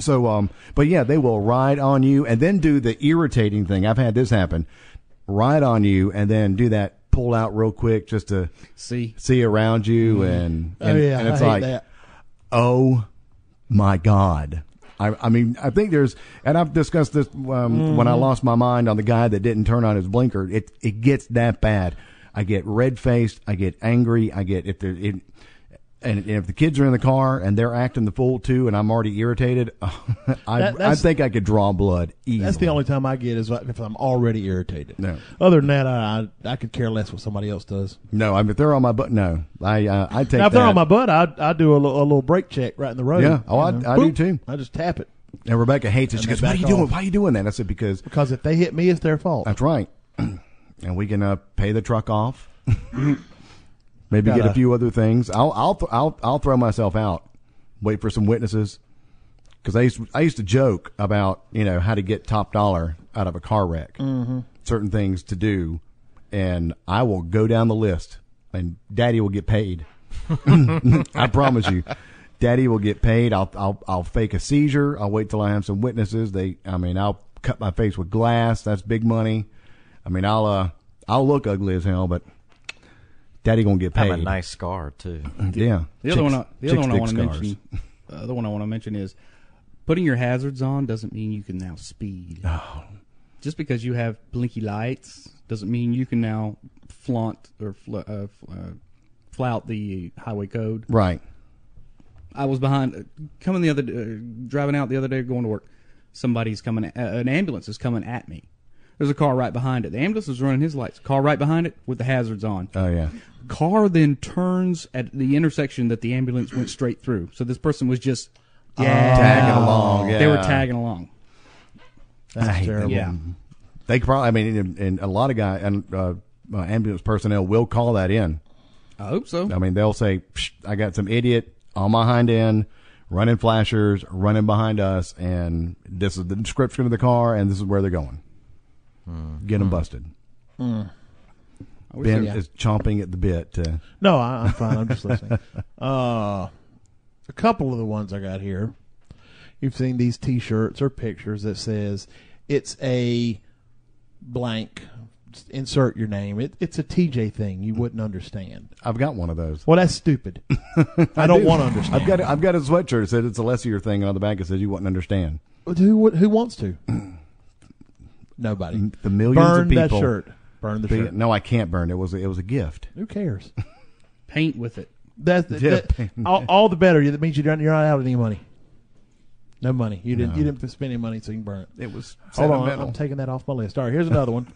So, um, but yeah, they will ride on you and then do the irritating thing. I've had this happen: ride on you and then do that pull out real quick just to See, see around you and Oh and, yeah, and it's I hate like that. oh my god I, I mean i think there's and i've discussed this um, when Mm. i lost my mind on the guy that didn't turn on his blinker it it gets that bad i get red faced i get angry i get if there it and if the kids are in the car and they're acting the fool too, and I'm already irritated, I, That- I that's- think I could draw blood easily. That's the only time I get is if I'm already irritated. No. Other than that, I I could care less what somebody else does. no. I mean, if they're on my butt, no, I uh, I take Now, if they're that. on my butt, I I do a little, a little brake check right in the road. Yeah. Oh, I- you know. I do Boop. too. I just tap it and Rebecca hates it. She they goes, "Why are back you doing? off. Why are you doing that?" I said, "Because because if they hit me, it's their fault. That's right. and we can uh, pay the truck off. Maybe get a Gotta- few other things. I'll I'll th- I'll I'll throw myself out. Wait for some witnesses. Because I used to, I used to joke about you know how to get top dollar out of a car wreck, certain things to do, and I will go down the list, and Daddy will get paid. I promise you, Daddy will get paid. I'll I'll I'll fake a seizure. I'll wait till I have some witnesses. They, I mean, I'll cut my face with glass. That's big money. I mean, I'll uh I'll look ugly as hell, but Daddy gonna get I paid. have a nice scar too. Yeah. The Chicks- other one, I, the chicks other one I dig want to scars. mention. uh, The other one I want to mention is putting your hazards on doesn't mean you can now speed. Oh. Just because you have blinky lights doesn't mean you can now flaunt or fl- uh, fl- uh, flout the highway code. Right. I was behind uh, coming the other d- uh, driving out the other day going to work. Somebody's coming. Uh, an ambulance is coming at me. There's a car right behind it. The ambulance is running his lights. Car right behind it with the hazards on Oh yeah. car then turns at the intersection that the ambulance went straight through. So this person was just yeah, Tagging along, They were yeah. tagging along. I hate That's that. terrible. Yeah. They probably. I mean, and, and a lot of guy and uh, uh, ambulance personnel will call that in. I hope so. I mean, they'll say, Psh, "I got some idiot on my hind end, running flashers, running behind us, and this is the description of the car, and this is where they're going. Get them busted." I wish Ben uh, they- is chomping at the bit. To, No, I, I'm fine. I'm just listening. Uh, a couple of the ones I got here. You've seen these T-shirts or pictures that says it's a blank. Insert your name. It, it's a TJ thing. You wouldn't understand. I've got one of those. Well, that's stupid. I don't want to understand. I've got a, I've got a sweatshirt that said it's a lessier thing, and on the back it says you wouldn't understand. Who would- who wants to? Nobody. The Mm, millions Burn of people. that shirt. Burn the Be- shirt. No, I can't burn it. it. Was it was a gift? Who cares? paint with it. That, that, Yeah. that- all, all the better. That means you don't, you're not out of any money. No money. You didn't. You didn't spend any money, so you can burn it. It was Hold on, sentimental. I'm taking that off my list. All right, here's another one.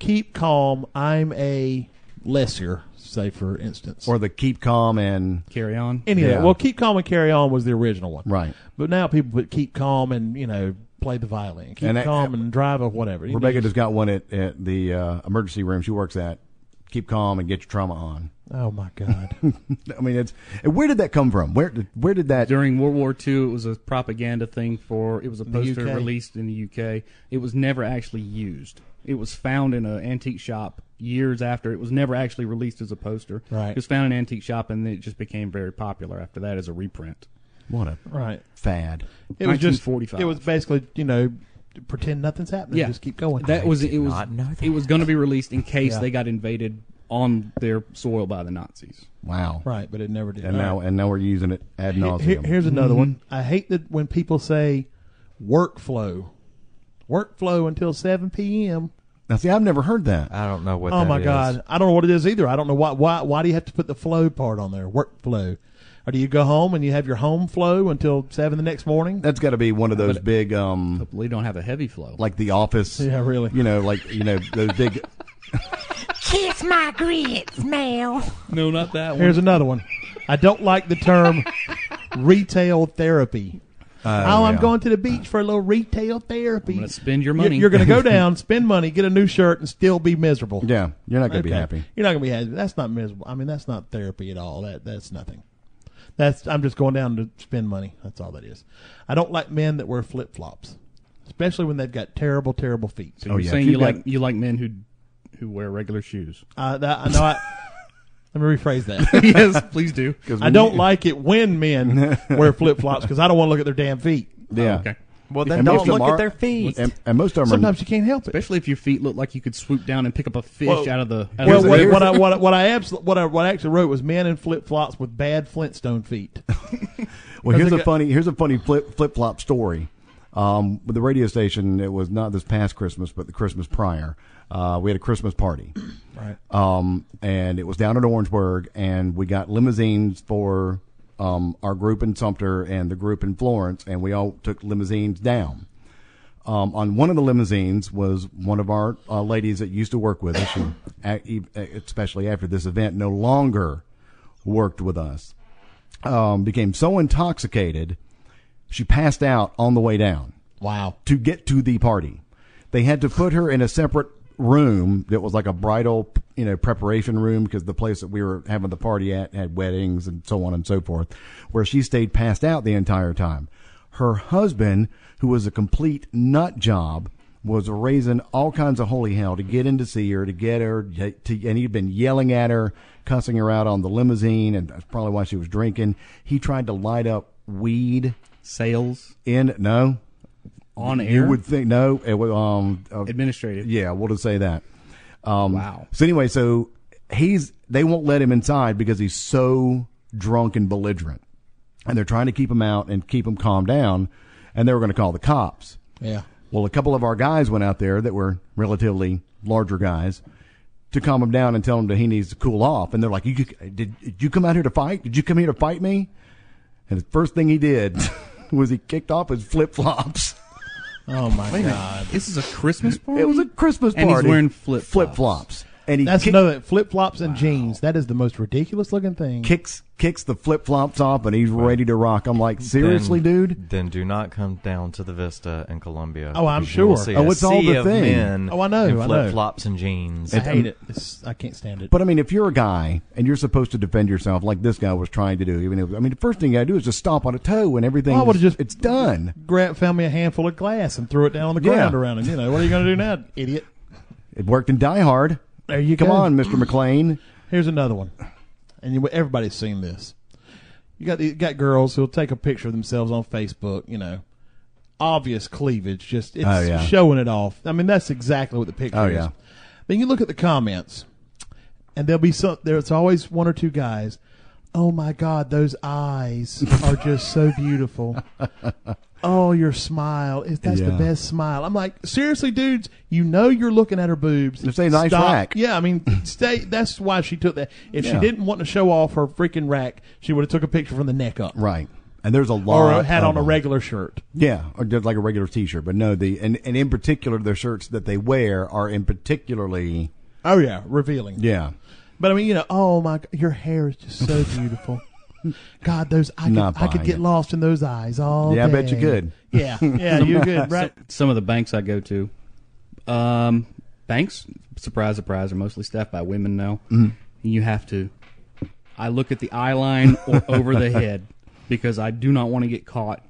Keep calm. I'm a lesser, say for instance, or the keep calm and Carry on. any of Yeah. that. Well, keep calm and carry on was the original one, Right. But now people put keep calm and you know play the violin, keep And that- calm and drive or whatever. You Rebecca just got one at, at the uh, emergency room she works at. Keep calm and get your trauma on. need- oh my god, I mean, it's where did that come from? Where did where did that? During World War II, it was a propaganda thing for. It was a the poster UK. released in the UK. It was never actually used. It was found in an antique shop years after. It was never actually released as a poster. Right. It was found in an antique shop, and then it just became very popular after that as a reprint. What a right? fad! It was just 1945. It was basically you know pretend nothing's happening, just keep going. That was did it. Was not know that. it was going to be released in case Yeah. they got invaded on their soil by the Nazis. Wow. right, but it never did. And All right. now and now we're using it ad Here- here- nauseum. here's another one. I hate that when people say workflow, workflow until 7 p.m. now, see, I've never heard that. I don't know what. oh that my is. God, I don't know what it is either. I don't know why. Why? Why do you have to put the flow part on there? Workflow, or do you go home and you have your home flow until seven the next morning? That's got to be one of those big, um, Hopefully, don't have a heavy flow. like the office. Yeah, really. You know, like you know those big. Kiss my grits, Mel. no, not that one. Here's another one. I don't like the term retail therapy. oh, I'm yeah. going to the beach for a little retail therapy. Uh, I'm gonna spend your You- money. You're going to go down, spend money, get a new shirt, and still be miserable. Yeah, you're not going to be Okay. happy. You're not gonna be happy. That's not miserable. I mean, that's not therapy at all. That that's nothing. That's I'm just going down to spend money. That's all that is. I don't like men that wear flip flops, especially when they've got terrible, terrible feet. So you're yeah. saying If you you've got- like you like men who who wear regular shoes. Uh, that, I know. I, let me rephrase that. yes, please do. I don't like it when men wear flip flops because I don't want to look at their damn feet. Yeah. Okay. Oh, Well, then And most don't of them look are- at their feet. And, and most of them are Sometimes you can't help it. Especially if your feet look like you could swoop down and pick up a fish Well, out of the. Out Well, of the what, what I what I, what I, abso- what I what I actually wrote was men in flip flops with bad Flintstone feet. Well, I here's think a I- funny here's a funny flip flip flop story. Um, with the radio station, it was not this past Christmas, but the Christmas prior. Uh, we had a Christmas party, Right. um, and it was down in Orangeburg, and we got limousines for um, our group in Sumter and the group in Florence, and we all took limousines down. Um, on one of the limousines was one of our uh, ladies that used to work with us, and a- e- especially after this event, no longer worked with us. Um, became so intoxicated, she passed out on the way down Wow. to get to the party. They had to put her in a separate room that was like a bridal, you know, preparation room because the place that we were having the party at had weddings and so on and so forth, where she stayed passed out the entire time. Her husband, who was a complete nut job, was raising all kinds of holy hell to get in to see her, to get her, to, and he'd been yelling at her, cussing her out on the limousine, and that's probably why she was drinking. He tried to light up weed sales in, no, on air. you would think no. It was um. uh, administrative. yeah, we'll just say that. Um, Wow. So anyway, so he's they won't let him inside because he's so drunk and belligerent, and they're trying to keep him out and keep him calm down, and they were going to call the cops. Yeah. Well, a couple of our guys went out there that were relatively larger guys to calm him down and tell him that he needs to cool off. And they're like, you, did, did you come out here to fight? Did you come here to fight me? And the first thing he did was he kicked off his flip flops. Oh my god. This is a Christmas party. It was a Christmas And party. he's wearing flip-flops. flip flops, and he That's kick- another flip flops and jeans. That is the most ridiculous looking thing. kicks kicks the flip flops off, and he's ready to rock. I'm like, seriously, then, dude. Then do not come down to the Vista in Columbia. Oh, I'm because you will sure. see Oh, a it's all sea the of thing. men Oh, I know, I know. In flip flops and jeans. I hate it. It's, I can't stand it. But I mean, if you're a guy and you're supposed to defend yourself, like this guy was trying to do, even if I mean, the first thing you got to do is just stomp on a toe, and everything. Well, I would've just- it's done. Grant found me a handful of glass and threw it down on the Yeah. ground around him. You know what are you going to do now, idiot? It worked in Die Hard. There you Come go. on, Mr. McLean. Here's another one, and you, everybody's seen this. You got the, you got girls who'll take a picture of themselves on Facebook. You know, obvious cleavage, just it's Oh, yeah. showing it off. I mean, that's exactly what the picture Oh, is. yeah. Then you look at the comments, and there'll be some. There's always one or two guys. Oh my God, those eyes are just so beautiful. Oh, your smile. Is that's the Yeah. best smile. I'm like, seriously, dudes, you know you're looking at her boobs. If they nice Stop. rack. Yeah, I mean, stay that's why she took that. If she Yeah. didn't want to show off her freaking rack, she would have took a picture from the neck up. Right. Oh, And there's a Or lot. uh, had of on a them. regular shirt. Yeah, or just like a regular T-shirt. But no, the and, and in particular, their shirts that they wear are in particularly. Oh yeah, revealing. Yeah. But I mean, you know, oh my, g- your hair is just so beautiful. God, those I could, Not I could buying get it. lost in those eyes all Yeah, I day. bet you could. Yeah, yeah, you could, right? Some of the banks I go to, um, banks, surprise, surprise, are mostly staffed by women now. Mm-hmm. Mm. You have to. I look at the eye line or over the head because I do not want to get caught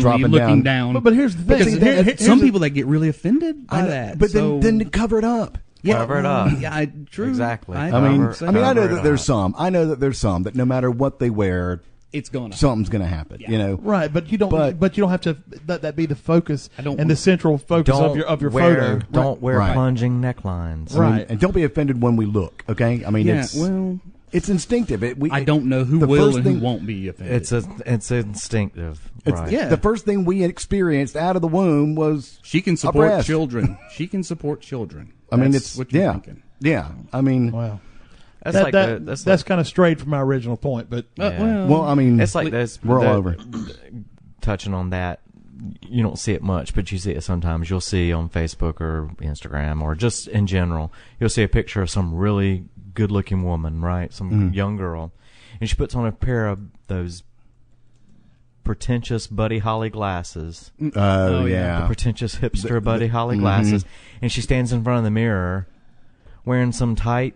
Mm-hmm. Dropping looking down. down. But- but here's the thing. Because See, that- here- some people that get really offended by I know, that. but so- then then cover it up. yeah, Cover it up. Yeah, I, true. Exactly. I, I mean, Cover- I mean, I know cover that it there's up. some. I know that there's some that no matter what they wear, it's going to. something's going to happen. You know, Right, but you don't. But, But- you don't have to let that be the focus I don't and the want- central focus Don't of your of your wear, photo. Don't wear Right. plunging necklines. I mean, Right. and don't be offended when we look. Okay, I mean, yeah, it's well, it's instinctive. It, we, I don't know who the will first and thing- who won't be offended. It's a, it's instinctive. It's, right. The first thing we experienced out of the womb was She can a support breast. children. She can support children. I mean, That's it's what you're yeah, thinking. yeah. I mean, well, Wow, That's that, like that, the, that's, that's, like- kind of strayed from my original point, but Uh, Yeah. well, I mean, It's like those. We're all the- over. Touching on that, you don't see it much, but you see it sometimes. You'll see on Facebook or Instagram or just in general, you'll see a picture of some really good-looking woman, right? Some young girl, and she puts on a pair of those pretentious Buddy Holly glasses, Oh, Oh, yeah. yeah. the pretentious hipster Buddy Holly glasses, and she stands in front of the mirror wearing some tight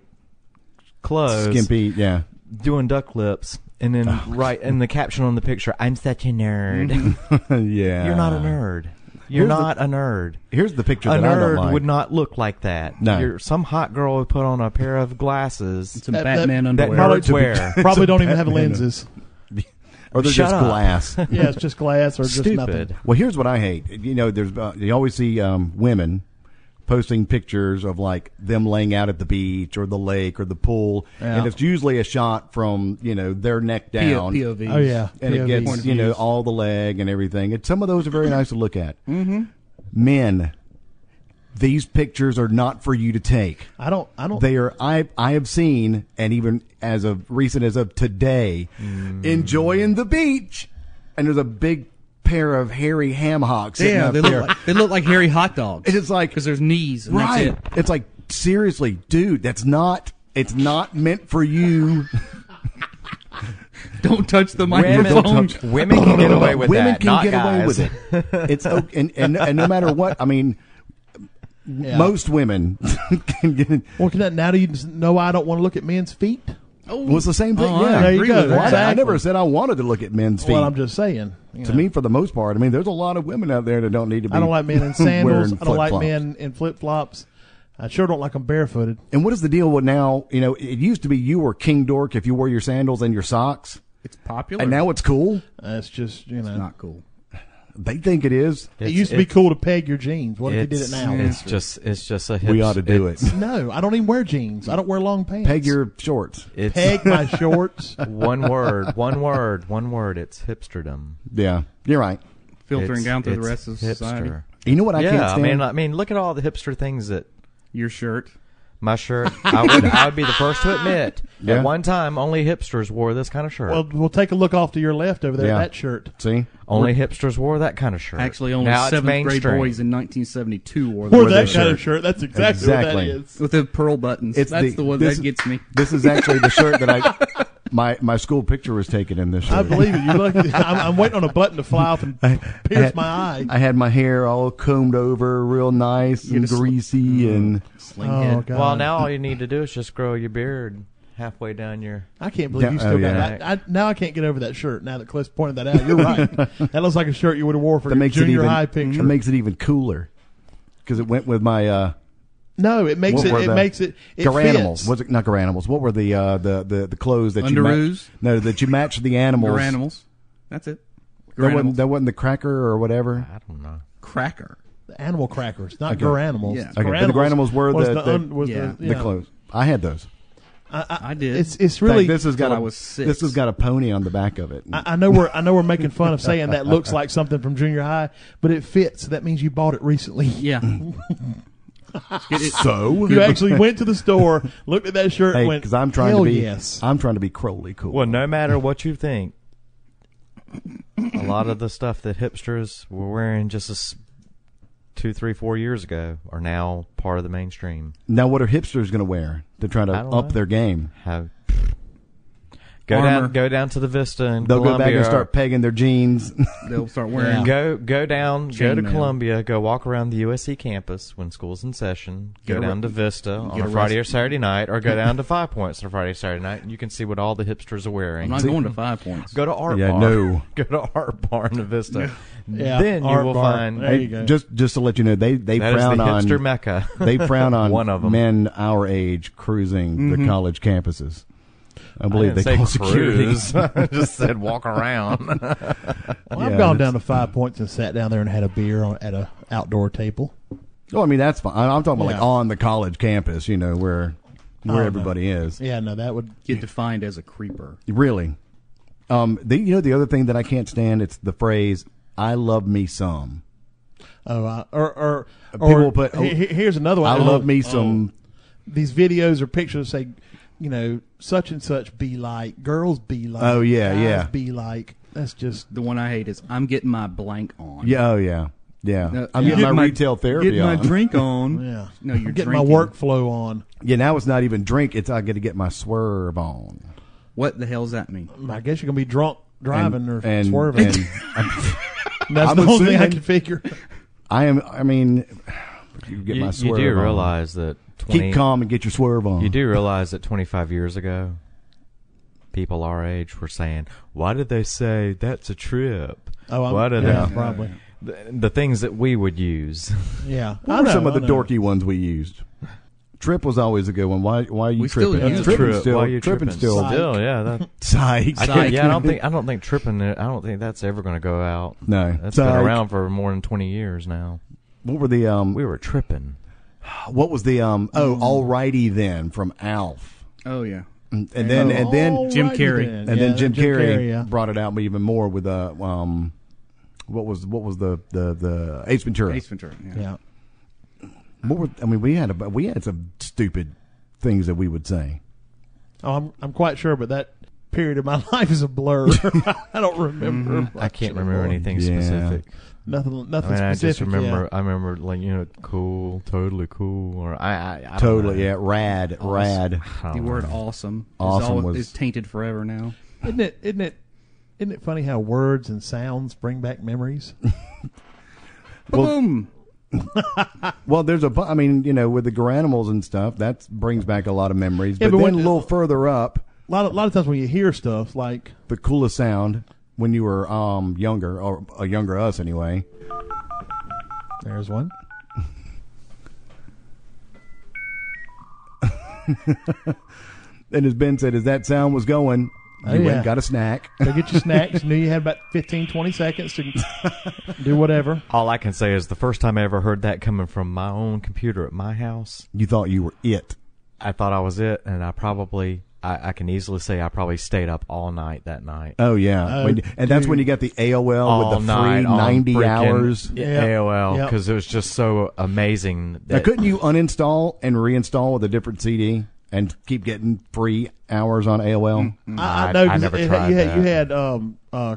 clothes skimpy. Yeah, doing duck lips and then right and the caption on the picture i'm such a nerd yeah. you're not a nerd you're Here's the- not a nerd Here's the picture a that I don't nerd like. would not look like that No. You're, some hot girl would put on a pair of glasses some that- Batman that- that underwear. nerds wear probably don't even have Batman. lenses. or they're Shut just up. glass. yeah, it's just glass or just nothing. stupid well, here's what I hate. You know, there's uh, you always see um, women posting pictures of like them laying out at the beach or the lake or the pool, and it's usually a shot from you know their neck P- down. POVs. Oh yeah, and it POVs. gets you know all the leg and everything. And some of those are very nice to look at. Mm-hmm. Men, these pictures are not for you to take. I don't. I don't. They are. I I have seen, and even as of recent as of today, enjoying the beach, and there's a big pair of hairy ham hocks. sitting Yeah, up they there. look, like, they look like hairy hot dogs. It's like- because there's knees. And right. That's it. It's like seriously, dude. That's not. It's not meant for you. Don't touch the women, microphone. women can get away with Women that can not get guys. away with it. It's okay, and, and and no matter what, I mean, yeah. most women can get. Well, can that, now do you just know why I don't want to look at men's feet? Well, it's the same thing. Oh, I yeah, There you agree go. with Well, I- that. I, never said I wanted to look at men's feet. Well, I'm just saying. you to know. me, for the most part, I mean, there's a lot of women out there that don't need to be. I don't like men in wearing sandals. I don't like flip-flops. men in flip flops. I sure don't like them barefooted. And what is the deal with now? You know, it used to be you were king dork if you wore your sandals and your socks, It's popular. and now it's cool. That's just you know. not cool. They think it is. it used to be cool to peg your jeans. What if you did it it's- now? it's just it's just a We hips- ought to do it's- it. No, I don't even wear jeans. I don't wear long pants. Peg your shorts. it's peg my shorts. one word one word one word it's hipsterdom Yeah, you're right. Filtering It's- down through the it's rest of hipster. society. You know what I yeah, can't stand? I mean, I mean, look at all the hipster things that Your shirt. my shirt. I would, I would be the first to admit. Yeah. At one time, only hipsters wore this kind of shirt. Well, we'll take a look off to your left over there. Yeah. That shirt. See, only hipsters wore that kind of shirt. Actually, only now it's seventh grade mainstream. boys in 1972 wore Or that, that kind the shirt. of shirt. That's exactly, Exactly. what that is. with the pearl buttons. It's That's the- the, one this- that gets me. this is actually the shirt that I my my school picture was taken in this shirt. I believe it. You look, I'm, I'm waiting on a button to fly off and pierce my eye. I had my hair all combed over, real nice and just- greasy, Mm. and Oh god! Well, now all you need to do is just grow your beard halfway down your. I can't believe you Yeah, still oh, got yeah. that. I, now I can't get over that shirt. Now that Cliff's pointed that out, you're right. that looks like a shirt you would have wore for that your makes junior it even high picture. That makes it even cooler because it went with my. uh no, it makes What it. were It the- makes it. it Garanimals. fits. Was it not garanimals? What were the uh, the, the the clothes that you Underoos? matched? No, that you matched the animals. Your animals. That's it. That wasn't, Granimals. that wasn't the cracker or whatever. I don't know. Cracker. animal crackers, not Garanimals. Yeah. Okay, but the Garanimals were was the- the- was yeah, the, you The know, clothes. I had those. I, I, I did. It's it's In fact, really. this has got till a, I was six. this has got a pony on the back of it. I, I know we're I know we're making fun of saying that looks like something from junior high, but it fits. That means you bought it recently. Yeah. Mm. so You actually went to the store, looked at that shirt, and Oh, hey, went because I'm trying "Hell to be yes. I'm trying to be Crowley cool. Well, no matter what you think, a lot of the stuff that hipsters were wearing just a s two, three, four years ago are now part of the mainstream. Now, what are hipsters going to wear to try to I don't up know. their game? Have go Armor. down, go down to the Vista and They'll go back and Columbia, start pegging their jeans. They'll start wearing. Go go down, go Chain to mail. Columbia, go walk around the USC campus when school's in session. Go Get arre- down to Vista on get a Friday or arrested. Saturday night, or go down to Five Points on a Friday or Saturday night, and you can see what all the hipsters are wearing. I'm not going to five points. go to Art Yeah, Bar. no. go to Art Bar in the Vista. Yeah, then you Art will Bar. find There you go. just just to let you know, they they that is the frown on hipster mecca. they frown on One of 'em. men our age cruising the college campuses. I I believe didn't they call say security. cruise. I just said walk around. Well, Yeah, I've gone that's- down to Five Points and sat down there and had a beer on, at a outdoor table. No, I mean that's fine. I'm talking about like Yeah. on the college campus, you know, where Oh, where no. everybody is. Yeah, no, that would. Get defined as a creeper. Really. Um, the, you know the other thing that I can't stand it's the phrase "I love me some." Oh, I, or or People or will put, oh, he- he- here's another I one. Uh, love me some. These videos or pictures say, you know, such and such be like girls be like. Oh, yeah, guys yeah. Be like. That's just The one I hate is I'm getting my blank on. Yeah, oh yeah, yeah. No, I'm yeah. getting my, retail therapy Get my on. drink on. yeah. No, you're I'm getting drinking. my workflow on. Yeah, now it's not even drink. It's I got to get my swerve on. What the hell's that mean? I guess you're gonna be drunk driving or and, swerving. and that's I'm the only thing I assuming- can figure. I am. I mean, you get you, my you swerve. do on. realize that 20, keep calm and get your swerve on. You do realize that 25 years ago, people our age were saying, "Why did they say that's a trip? Oh, I'm, Why did yeah, they?" probably. The, the things that we would use. Yeah, What I were know, some of I the know. dorky ones we used? Trip was always a good one. Why? Why are you We still tripping? use tripping trip. still. Why are you tripping, tripping, still. Psych. yeah. That, Psych. I can't, yeah, I don't Psych. think I don't think tripping. I don't think that's ever going to go out. No. that's been Psych. around for more than 20 years now. What were the um? We were tripping. What was the um? Oh, alrighty then from Alf, Oh yeah. and then and then Oh, All Jim righty Carrey. then. and Yeah, then Jim, Carrey yeah. brought it out even more with uh, um, what was what was the the the Ace Ventura? Ace Ventura. Yeah. Yeah. What were, I mean, we had a, we had some stupid things that we would say. Oh, I'm I'm quite sure, but that period of my life is a blur. I don't remember. Mm-hmm. I can't remember anything. anything Yeah. specific. Nothing. I Nothing mean, I specific. just remember. yeah. I remember like you know, cool, totally cool, or I. I, I don't Totally, know. yeah, rad, rad. I don't The know. word awesome, Awesome is, all, was- is tainted forever now. Isn't it? Isn't it? Isn't it funny how words and sounds bring back memories? Boom. Well, there's a, bu- I mean, you know, with the Garanimals and stuff, that brings back a lot of memories. Yeah, but, but then when- a little further up, A lot. Of, a lot of times when you hear stuff like, the coolest sound when you were um younger or a younger us anyway. "There's one." And as Ben said, as that sound was going, you Oh, went yeah. and got a snack. Go get your snacks. Knew you had about 15, 20 seconds to do whatever. All I can say is the first time I ever heard that coming from my own computer at my house, You thought you were it. I thought I was it, and I probably, I, I can easily say I probably stayed up all night that night. Oh yeah, Oh, When- and that's when you got the AOL all with the free night, on ninety freaking hours. i- Yeah. AOL Yeah. because it was just so amazing. Now, That, couldn't you uninstall and reinstall with a different CD and keep getting free hours on AOL? I, I Mm, I- know. I 'cause never it- it- tried you had, you that. had. Um. Uh.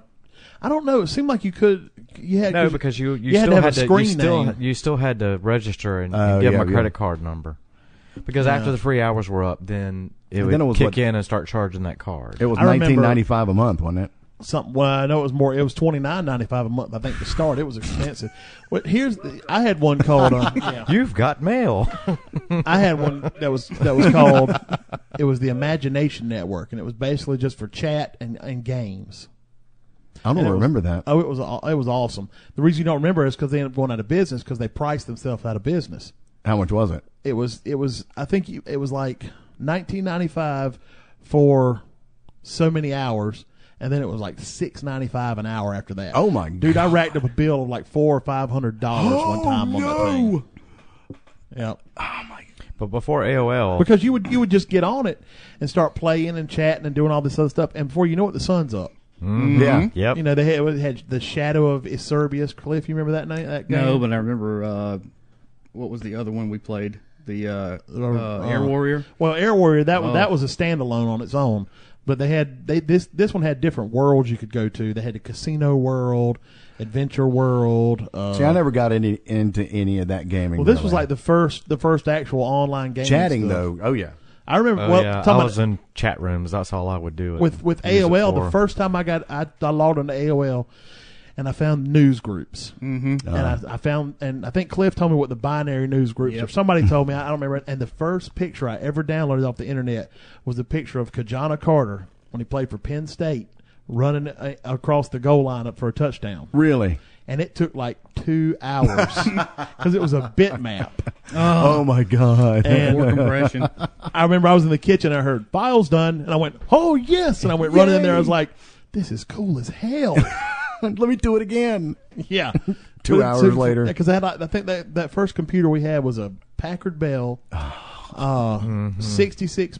I don't know. It seemed like you could. You had no, because you you, you still had had to have a you screen still name. you still had to register and, Oh, and give yeah, them a yeah. credit card number because after the free hours were up, then it Then would it was kick what- in and start charging that card. It was I remember- nineteen ninety five a month, wasn't it? something. Well, I know it was more. It was twenty nine ninety five a month. I think to start. It was expensive. But here's the, I had one called. Um, You've got mail. I had one that was that was called. It was the Imagination Network, and it was basically just for chat and, and games. I don't And it was- remember that. Oh, it was aw- it was awesome. The reason you don't remember is because they ended up going out of business because they priced themselves out of business. How much was it? It was it was I think you, it was like nineteen ninety five for so many hours. And then it was like six ninety five an hour after that. Oh, my Oh, Dude, I racked up a bill of like four or five hundred dollars one time on that thing. Yep. But before AOL, because you would you would just get on it and start playing and chatting and doing all this other stuff, and before you know it, the sun's up. Yeah. yep, You know they had, it had the shadow of Iserbius Cliff. You remember that night? That game? No, but I remember uh, what was the other one we played? The uh, uh, Air uh, Warrior. Well, Air Warrior that one Oh. that was a standalone on its own, but they had they this this one had different worlds you could go to. They had the Casino World, Adventure World. Uh, See, I never got any into any of that gaming. well, this was really. like the first the first actual online game. chatting though. stuff. Oh yeah. I remember. Oh, well, yeah. talking I about- was in chat rooms. That's all I would do. with with AOL. The first time I got I, I logged into AOL, and I found news groups. Mm-hmm. And I, I found and I think Cliff told me what the binary news groups or somebody told me. I, I don't remember. And the first picture I ever downloaded off the internet was the picture of Kajana Carter when he played for Penn State running uh, across the goal line up for a touchdown. Really. And it took like two hours because it was a bitmap. Uh, Oh, my god. More compression. I remember I was in the kitchen. I heard files done, and I went, "Oh yes!" And I went running in there. I was like, "This is cool as hell." Let me do it again. yeah. Two hours later. because I had, like, I think that that first computer we had was a Packard Bell, Oh, uh, mm-hmm. sixty-six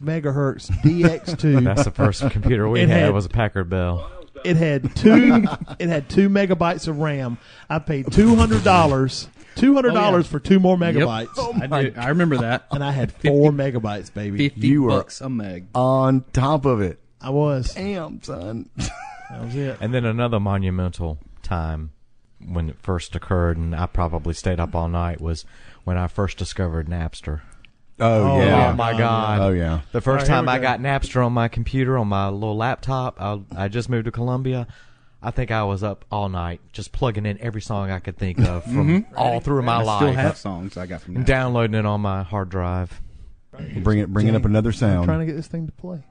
megahertz That's DX2. the first computer we It had, had- was a Packard Bell. it had two. it had two megabytes of RAM. I paid two hundred dollars. Two hundred dollars Oh, for two more megabytes, I, do, I remember that. and I had four megabytes, baby. Fifty You are- bucks a meg. On top of it. I was. Damn, son. That was it. And then another monumental time when it first occurred, and I probably stayed up all night, was when I first discovered Napster. Oh, yeah. Oh my God! Oh, yeah. The first All right, here time we I go. got Napster on my computer on my little laptop, I, I just moved to Columbia. I think I was up all night just plugging in every song I could think of from Mm-hmm. all through my I life, still have songs I got from and that. downloading it on my hard drive. Bring it, bringing up another Trying sound. to get this thing to play.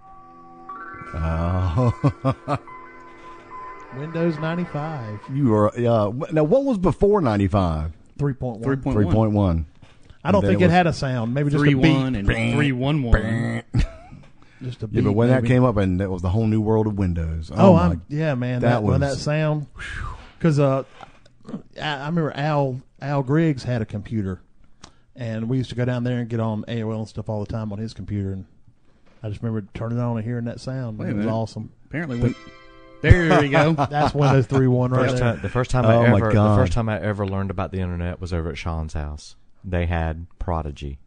Windows 95, You are uh, wh- now. What was before ninety five? 3.1. Three point Three one. point one. I don't And then think it it, was- had a sound. Maybe just Three a beat. one and three one one. Just a beat. Yeah, but when that maybe. came up, and that was the whole new world of Windows. Oh, oh, my I'm, yeah, man. that That, when was- that sound, because uh, I, I remember Al Al Griggs had a computer, and we used to go down there and get on AOL and stuff all the time on his computer. And I just remember turning it on and hearing that sound. Wait a it was minute. awesome. Apparently, when, there you go. That's Windows 3.1 right First there. time, the first time Oh, I my ever, God. the first time I ever learned about the internet was over at Sean's house. They had Prodigy,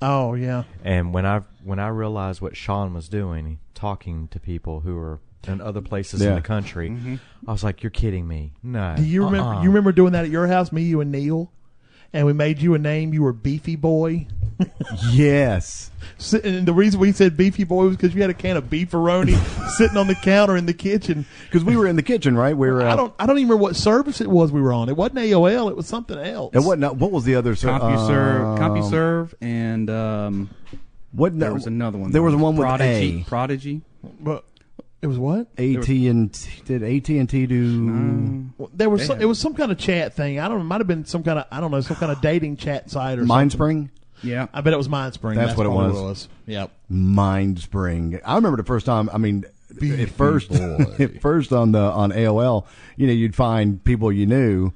Oh yeah. and when I when I realized what Sean was doing, talking to people who were in other places Yeah. in the country, I was like, "You're kidding me! No." Mm-hmm. Do you remember? Uh-uh. You remember doing that at your house? Me, you, and Neil, and we made you a name. You were Beefy Boy. yes. S- And the reason we said Beefy Boy was because you had a can of beefaroni sitting on the counter in the kitchen. Because we were in the kitchen, right? We were. Uh, I don't. I don't even remember what service it was we were on. It wasn't AOL. It was something else. And what? Not, what was the other? ser- um, CompuServe, CompuServe, and um, What? there was another one. There was one with Prodigy. A. Prodigy. But it was what? AT and T- did AT and T do? Mm. There was. They Some, had- it was some kind of chat thing. I don't. It might have been some kind of. I don't know. Some kind of dating chat site or something. Mindspring. Yeah. I bet it was Mindspring. That's what it probably was. Yep. Mindspring. I remember the first time. I mean, at first, at first on the on AOL, you know, you'd find people you knew,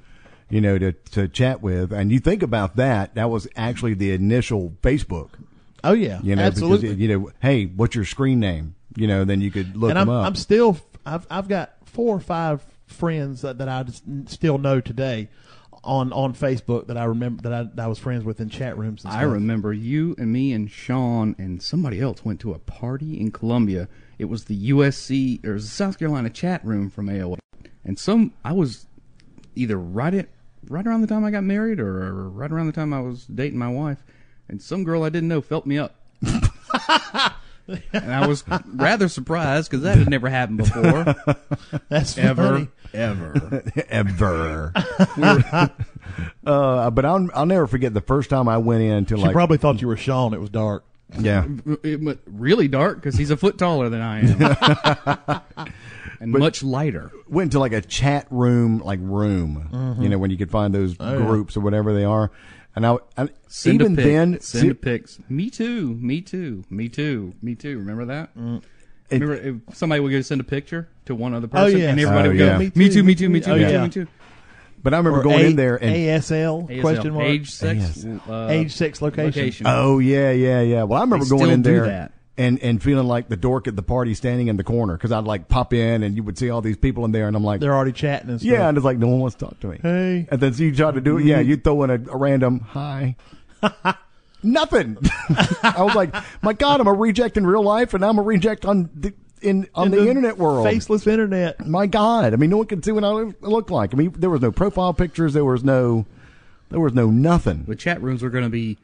you know, to to chat with, and you think about that. That was actually the initial Facebook. Oh yeah. You know, Absolutely. because you know, hey, what's your screen name? You know, then you could look and them I'm, up. I'm still I've I've got four or five friends that, that I just n- still know today on on Facebook that I remember that I, that I was friends with in chat rooms. And I stuff. remember you and me and Sean and somebody else went to a party in Columbia. It was the USC or it was the South Carolina chat room from AOL. And some I was either right at right around the time I got married or right around the time I was dating my wife and some girl I didn't know felt me up. and I was rather surprised because that had never happened before, that's ever, funny. ever. ever. uh, but I'll I'll never forget the first time I went into She like probably mm. thought you were Sean. It was dark. yeah. It went really dark because he's a foot taller than I am, and much lighter. went to like a chat room like room Mm-hmm. you know when you could find those groups or whatever they are and i and Oh, Send even a pic. then send see- a pics. Me too. Me too. Me too. Me too. Remember that? Mm. Remember if somebody would go send a picture to one other person, yeah. and everybody Oh, would yeah. go, "Me too. Me too. Me too. Oh, me, yeah. too me too." But I remember Or going A- in there and ASL, ASL, question mark Age sex. uh, age six location. location. Oh yeah, yeah, yeah. Well, I remember They going still in do there that. and and feeling like the dork at the party standing in the corner because I'd like pop in and you would see all these people in there and I'm like, They're already chatting and stuff. yeah, and it's like no one wants to talk to me. Hey. and then you try to do it. Yeah, you throw in a, a random hi. Nothing. I was like, my God, I'm a reject in real life, and I'm a reject on the in on In the, internet world. faceless internet. My God, I mean, no one could see what I look like. I mean, there was no profile pictures. There was no, there was no nothing. the chat rooms were going to be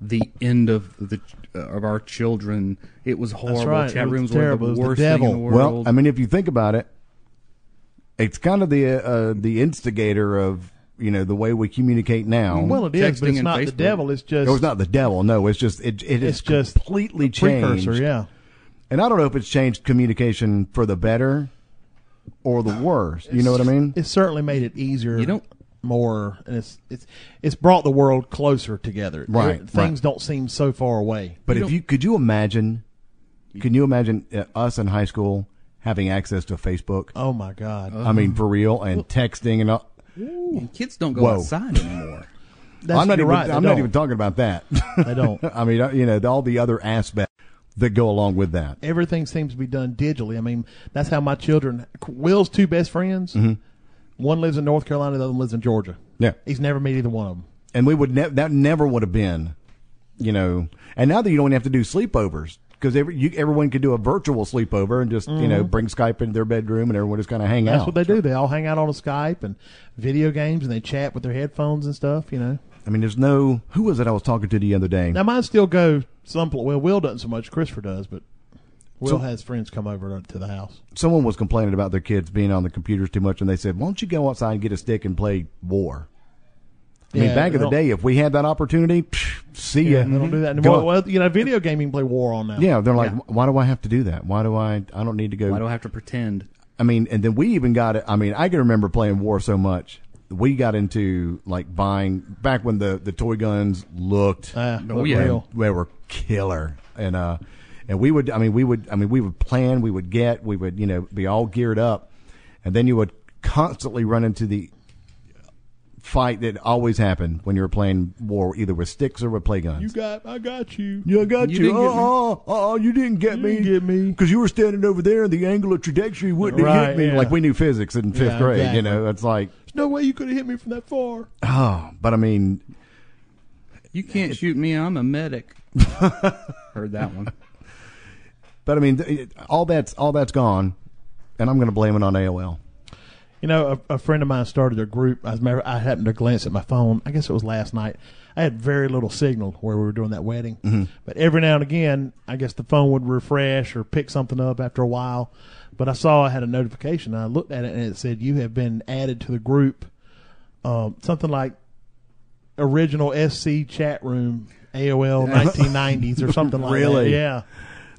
the end of the uh, of our children. It was horrible. right. It Chat was rooms terrible. It were was the worst the thing in the devil. world. Well, I mean, if you think about it, it's kind of the uh, the instigator of you know the way we communicate now. Well, it is, Mm. Texting but it's and not the Facebook. devil. It's just it was not the devil. No, it's just it it It's is just completely changed. precursor. Yeah, And I don't know if it's changed communication for the better or the worse. You know what I mean? it certainly made it easier. You don't- more, and it's it's it's brought the world closer together. Right, It- right. things don't seem so far away. But if you could you imagine, can you imagine uh, us in high school having access to Facebook? Oh my God, Uh, I mean, for real, and texting and all. kids don't go Whoa. outside anymore. That's, I'm not you're even. right. I'm they not don't. even talking about that. They don't. I mean, uh, you know, all the other aspects that go along with that. Everything seems to be done digitally. I mean, that's how my children. Will's two best friends. Mm-hmm. One lives in North Carolina. The other one lives in Georgia. Yeah. He's never met either one of them. And we would ne- that never would have been, you know. And now that you don't have to do sleepovers because every, you, everyone could do a virtual sleepover and just you know bring Skype into their bedroom and everyone just kind of hang Mm-hmm. That's out. what they do. They all hang out on Skype and video games, and they chat with their headphones and stuff. You know. I mean, there's no who was it I was talking to the other day. Now mine still go some. pl- Well, Will doesn't so much. Christopher does, but Will So- has friends come over to the house. Someone was complaining about their kids being on the computers too much, and they said, "Why don't you go outside and get a stick and play war?" I mean, Yeah, back they in the don't- day, if we had that opportunity, psh, see ya. They don't do that Mm-hmm. Go anymore. out- Well, you know, video game you can play War on now. Yeah, they're like, why do I have to do that? Why do I? I don't need to go. Why do I have to pretend? I mean, and then we even got it. I mean, I can remember playing War so much. We got into like buying back when the the toy guns looked. Ah, Oh, yeah. real. They were killer, and uh, and we would. I mean, we would. I mean, we would plan. We would get. We would. You know, be all geared up, and then you would constantly run into the fight that always happened when you were playing war, either with sticks or with play guns. You got, I got you. Yeah, I got You you. didn't get me. Oh, oh, you didn't get You me. didn't get me. Because you were standing over there, and the angle of trajectory wouldn't have Right, hit me. yeah. Like we knew physics in fifth Yeah, grade. exactly. You know, it's like, There's no way you could have hit me from that far. oh, but I mean, You can't shoot me. I'm a medic. Heard that one. but I mean, th- it- all that's all that's gone, and I'm going to blame it on AOL. You know, a, a friend of mine started a group. I remember I happened to glance at my phone. I guess it was last night. I had very little signal where we were doing that wedding, but every now and again, I guess the phone would refresh or pick something up after a while. But I saw I had a notification. I looked at it and it said, "You have been added to the group." Um, something like original SC chat room AOL 1990s or something like Really? that. Yeah.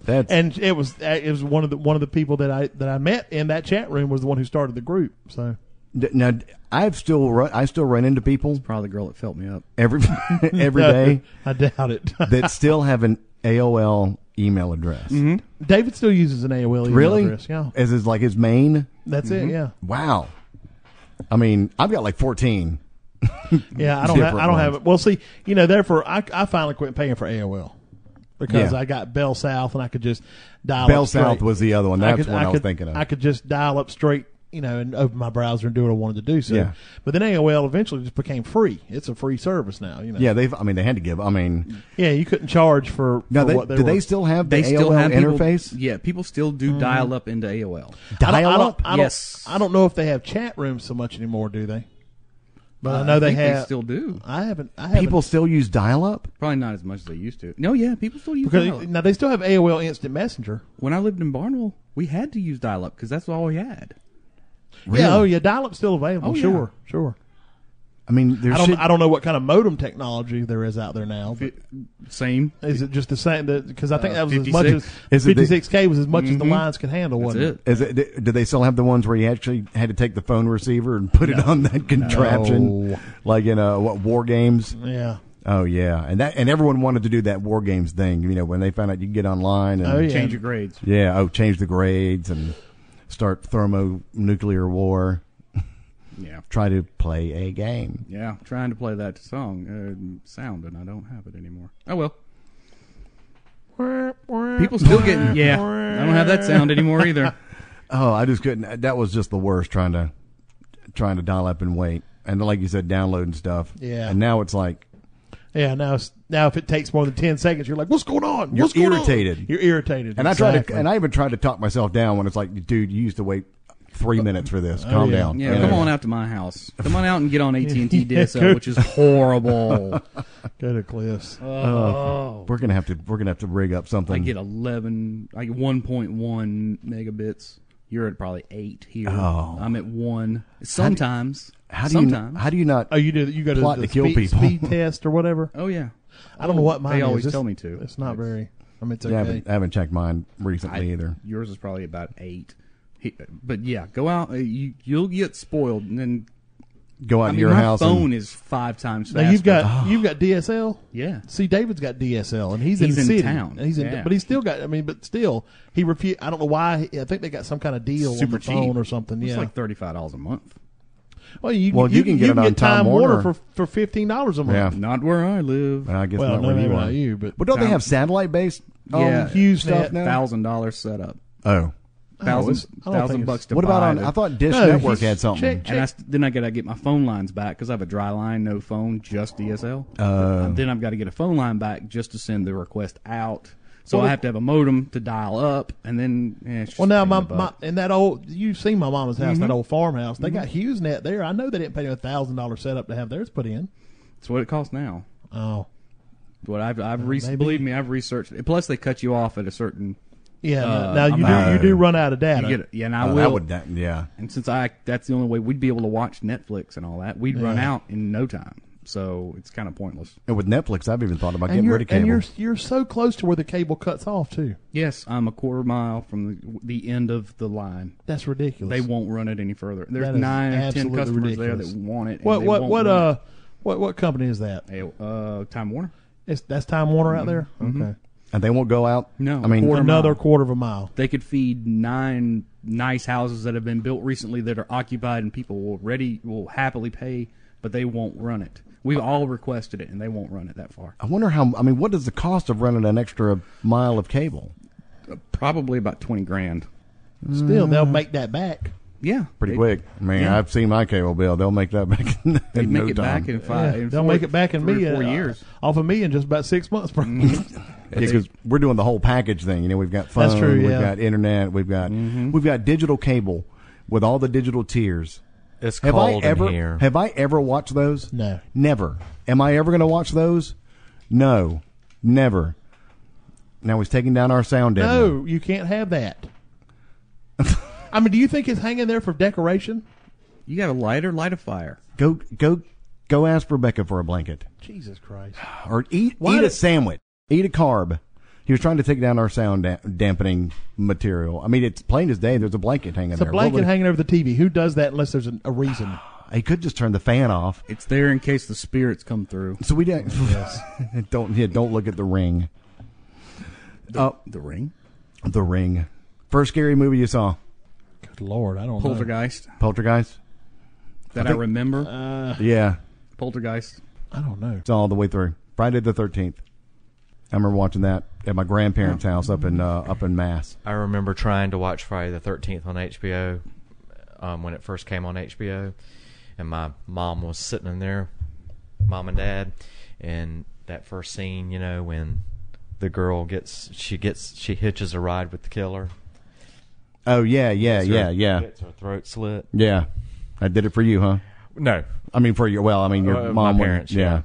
That's And it was it was one of the one of the people that I that I met in that chat room was the one who started the group. So d- now I've still run, I still run into people Probably the girl that felt me up. every every No, day I doubt it. that still have an AOL email address. David still uses an AOL Mm-hmm. E email Really? Mm-hmm. address. Yeah, As is like his main. that's it. Yeah, Wow. I mean, I've got like 14. yeah. I don't. Have, Different I don't have ones. it. Well, see, you know, therefore, I, I finally quit paying for AOL because Yeah. I got Bell South and I could just dial. Bell up straight. South was the other one. I That's could- what I, could, was thinking of. I could just dial up straight, you know, and open my browser and do what I wanted to do. So, Yeah. but then AOL eventually just became free. It's a free service now. You know. yeah, they've. I mean, they had to give. I mean, Yeah, you couldn't charge for, now for they, what they do were. they still have the They still AOL have people- interface? yeah, people still do Mm-hmm. dial up into AOL. I don't, I Dial don't- up. I don't, Yes. I don't know if they have chat rooms so much anymore. Do they? But I know Uh, I they think have. They still do. I haven't. I haven't. People still use dial up. Probably not as much as they used to. No, yeah, people still use dial because now they still have AOL Instant Messenger. When I lived in Barnwell, we had to use dial up because that's all we had. Yeah. Oh yeah. Dial up's still available. Oh, yeah. sure. Sure. I mean, there I don't. should. I don't know what kind of modem technology there is out there now. But Same. is it just the same? Because I think Uh, that was as much as 56. Is it the- Mm-hmm. 56k was as much as the lines could handle. That's Wasn't it. is it, do they still have the ones where you actually had to take the phone receiver and put it on that contraption, No. like in uh, what war games? Yeah. Oh yeah, and that and everyone wanted to do that war games thing. You know, when they found out you can get online and Oh, yeah. Change your grades. yeah, oh change the grades and start thermonuclear war. Yeah. Try to play a game. Yeah, trying to play that song uh, sound, and I don't have it anymore. Oh well. People still getting yeah. I don't have that sound anymore either. Oh, I just couldn't. That was just the worst trying to trying to dial up and wait. And like you said, downloading stuff. Yeah. And now it's like Yeah, now it's, now if it takes more than ten seconds, you're like, "What's going on? You're What's going on?" irritated. You're irritated. And I try exactly. to, and I even tried to talk myself down when it's like, dude, you used to wait three minutes for this. Calm yeah. down. Yeah, You come know? on out to my house. Come on out and get on AT and T DSL, which is horrible. go to Cliff's. Uh, Oh, We're gonna have to, we're gonna have to rig up something. I get eleven, I get one point one megabits. You're at probably eight here. Oh. I'm at one. Sometimes, how do sometimes. you, how do you not? oh, you do. You go to Plot the to kill speed, people. speed test or whatever. oh yeah, I don't know what mine They is. always It's- tell me to. It's not very. I mean, it's yeah, I okay. haven't, I haven't checked mine recently I- either. Yours is probably about eight. He, but yeah, go out. uh, You you'll get spoiled, and then Go out I to mean, your my house. phone and, Oh. is five times faster. now you've got you've got DSL. yeah. See, David's got DSL, and he's, He's in in the city. town. He's in, Yeah. but he's still got. I mean, but still, he refused. I don't know why. I think they got some kind of deal on Super the phone cheap. or something. It's yeah. like thirty five dollars a month. well, you, Well, you can get it on Time Warner. for for fifteen dollars a month. yeah. Not where I live. Well, I guess Well, not no, where maybe you not are. you, but- well, don't they Um, have satellite based? Um, yeah. huge stuff Net- now. Thousand dollar setup. Oh, Thousand it's- I don't think thousand it's- bucks to what buy. about on? the- I thought Dish No, Network he's- had something. check- And I st- then I got to get my phone lines back because I have a dry line, no phone, just DSL. Uh, then I've got to get a phone line back just to send the request out. So I have to have a modem to dial up, and then eh, it's just Well, a now pain my, in the my butt. and that old you've seen my mama's house, Mm-hmm. that old farmhouse. They got HughesNet there. I know they didn't pay them a thousand dollar setup to have theirs put in. it's what it costs now. Oh, What I've I've re- maybe. believe me, I've researched. it. Plus, they cut you off at a certain. yeah. Uh, now you I'm do out. you do run out of data. You get it. Yeah, and I Oh, will. that would, that, yeah. and since I that's the only way we'd be able to watch Netflix and all that, we'd run out in no time. So it's kind of pointless. And with Netflix, I've even thought about and getting you're rid of and cable. you're you're so close to where the cable cuts off too. Yes, I'm a quarter mile from the, the end of the line. That's ridiculous. They won't run it any further. That There's is nine or ten absolutely customers there ridiculous. that want it. and What they what won't what run uh what what company is that? it. Hey, uh, Time Warner? It's that's Time Warner out there. Okay, and they won't go out. No, I mean, Mm-hmm. quarter mile. another quarter of a mile. They could feed nine nice houses that have been built recently that are occupied and people will ready will happily pay, but they won't run it. We've all requested it and they won't run it that far. I wonder how. I mean, what is the cost of running an extra mile of cable? Probably about twenty grand. Still, they'll make that back. Yeah, Pretty They- quick. I mean, yeah. I've seen my cable bill. They'll make that back in, They in make no it time. back in five. in they'll four- make it back in three me or four uh, years. Mm-hmm. off of me in just about six months. Bro. because we're doing the whole package thing. You know, we've got phone, That's true, we've yeah. Mm-hmm. got internet, we've got we've got digital cable with all the digital tiers. It's Have cold I ever in here. have I ever watched those? No. never. Am I ever going to watch those? No, never. Now he's taking down our sound. deadener. No, you can't have that. I mean, do you think it's hanging there for decoration? You got a lighter, light a fire. go go go ask Rebecca for a blanket Jesus Christ! or eat Why eat do- a sandwich, eat a carb. He was trying to take down our sound da- dampening material. I mean, it's plain as day. There's a blanket hanging It's a there. What blanket would- hanging over the TV. Who does that unless there's an, a reason? he could just turn the fan off. It's there in case the spirits come through. So we don't don't yeah, don't look at the ring. Uh, The ring, the ring. First scary movie you saw, Good Lord, I don't know. poltergeist Poltergeist. that I, think- remember. Uh, Yeah, poltergeist. I don't know. it's all the way through. Friday the Thirteenth. I remember watching that at my grandparents' Oh. house up in uh, up in Mass. I remember trying to watch Friday the Thirteenth on HBO um, when it first came on HBO, and my mom was sitting in there, mom and dad, and that first scene, you know, when the girl gets she gets she hitches a ride with the killer. Oh yeah, yeah, Gets her- yeah, yeah, Gets her throat slit. yeah. I did it for you, huh? No, I mean for your well, I mean your Uh, mom. my wouldn't- parents. yeah.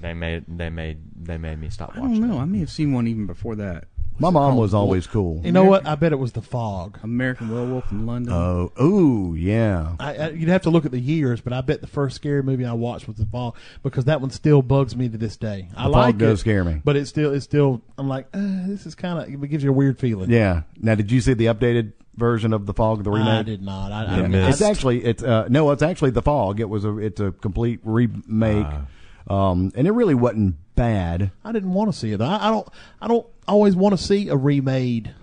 They made they made they made me stop I watching. don't know. it. I may have seen one even before that. My mom was always cool. You know what? I bet it was the fog. American Werewolf in London. Uh, Oh, ooh, yeah. I, I, you'd have to look at the years, but I bet the first scary movie I watched was The Fog because that one still bugs me to this day. I The Fog like it, does scare me. but it's still it's still. I'm like, uh, this is kind of it gives you a weird feeling. Yeah. Now, did you see the updated version of the fog? The remake? I did not. I, I, Yeah. I, It's actually it's uh, no, it's actually the fog. It was a it's a complete remake, Ah. um, and it really wasn't bad. I didn't want to see it. I, I don't. I don't always want to see a remade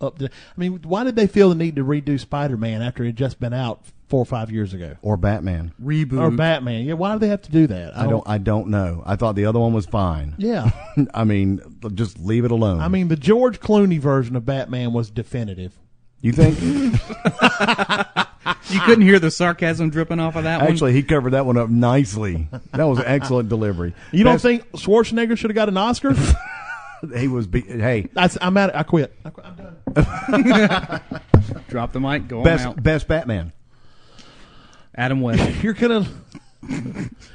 up to. I mean, why did they feel the need to redo Spider Man after it had just been out four or five years ago? or Batman. Reboot. uh, Or Batman? Yeah, why do they have to do that? I don't. I don't know. I thought the other one was fine. Yeah. I mean, just leave it alone. I mean, the George Clooney version of Batman was definitive. you think? You couldn't hear the sarcasm dripping off of that one. Actually, he covered that one up nicely. That was an excellent delivery. You don't Best- think Schwarzenegger should have got an Oscar? he was? Be- hey, I, am out. I quit. I quit. I'm done. Drop the mic. Go on best out. best Batman. Adam West. You're gonna.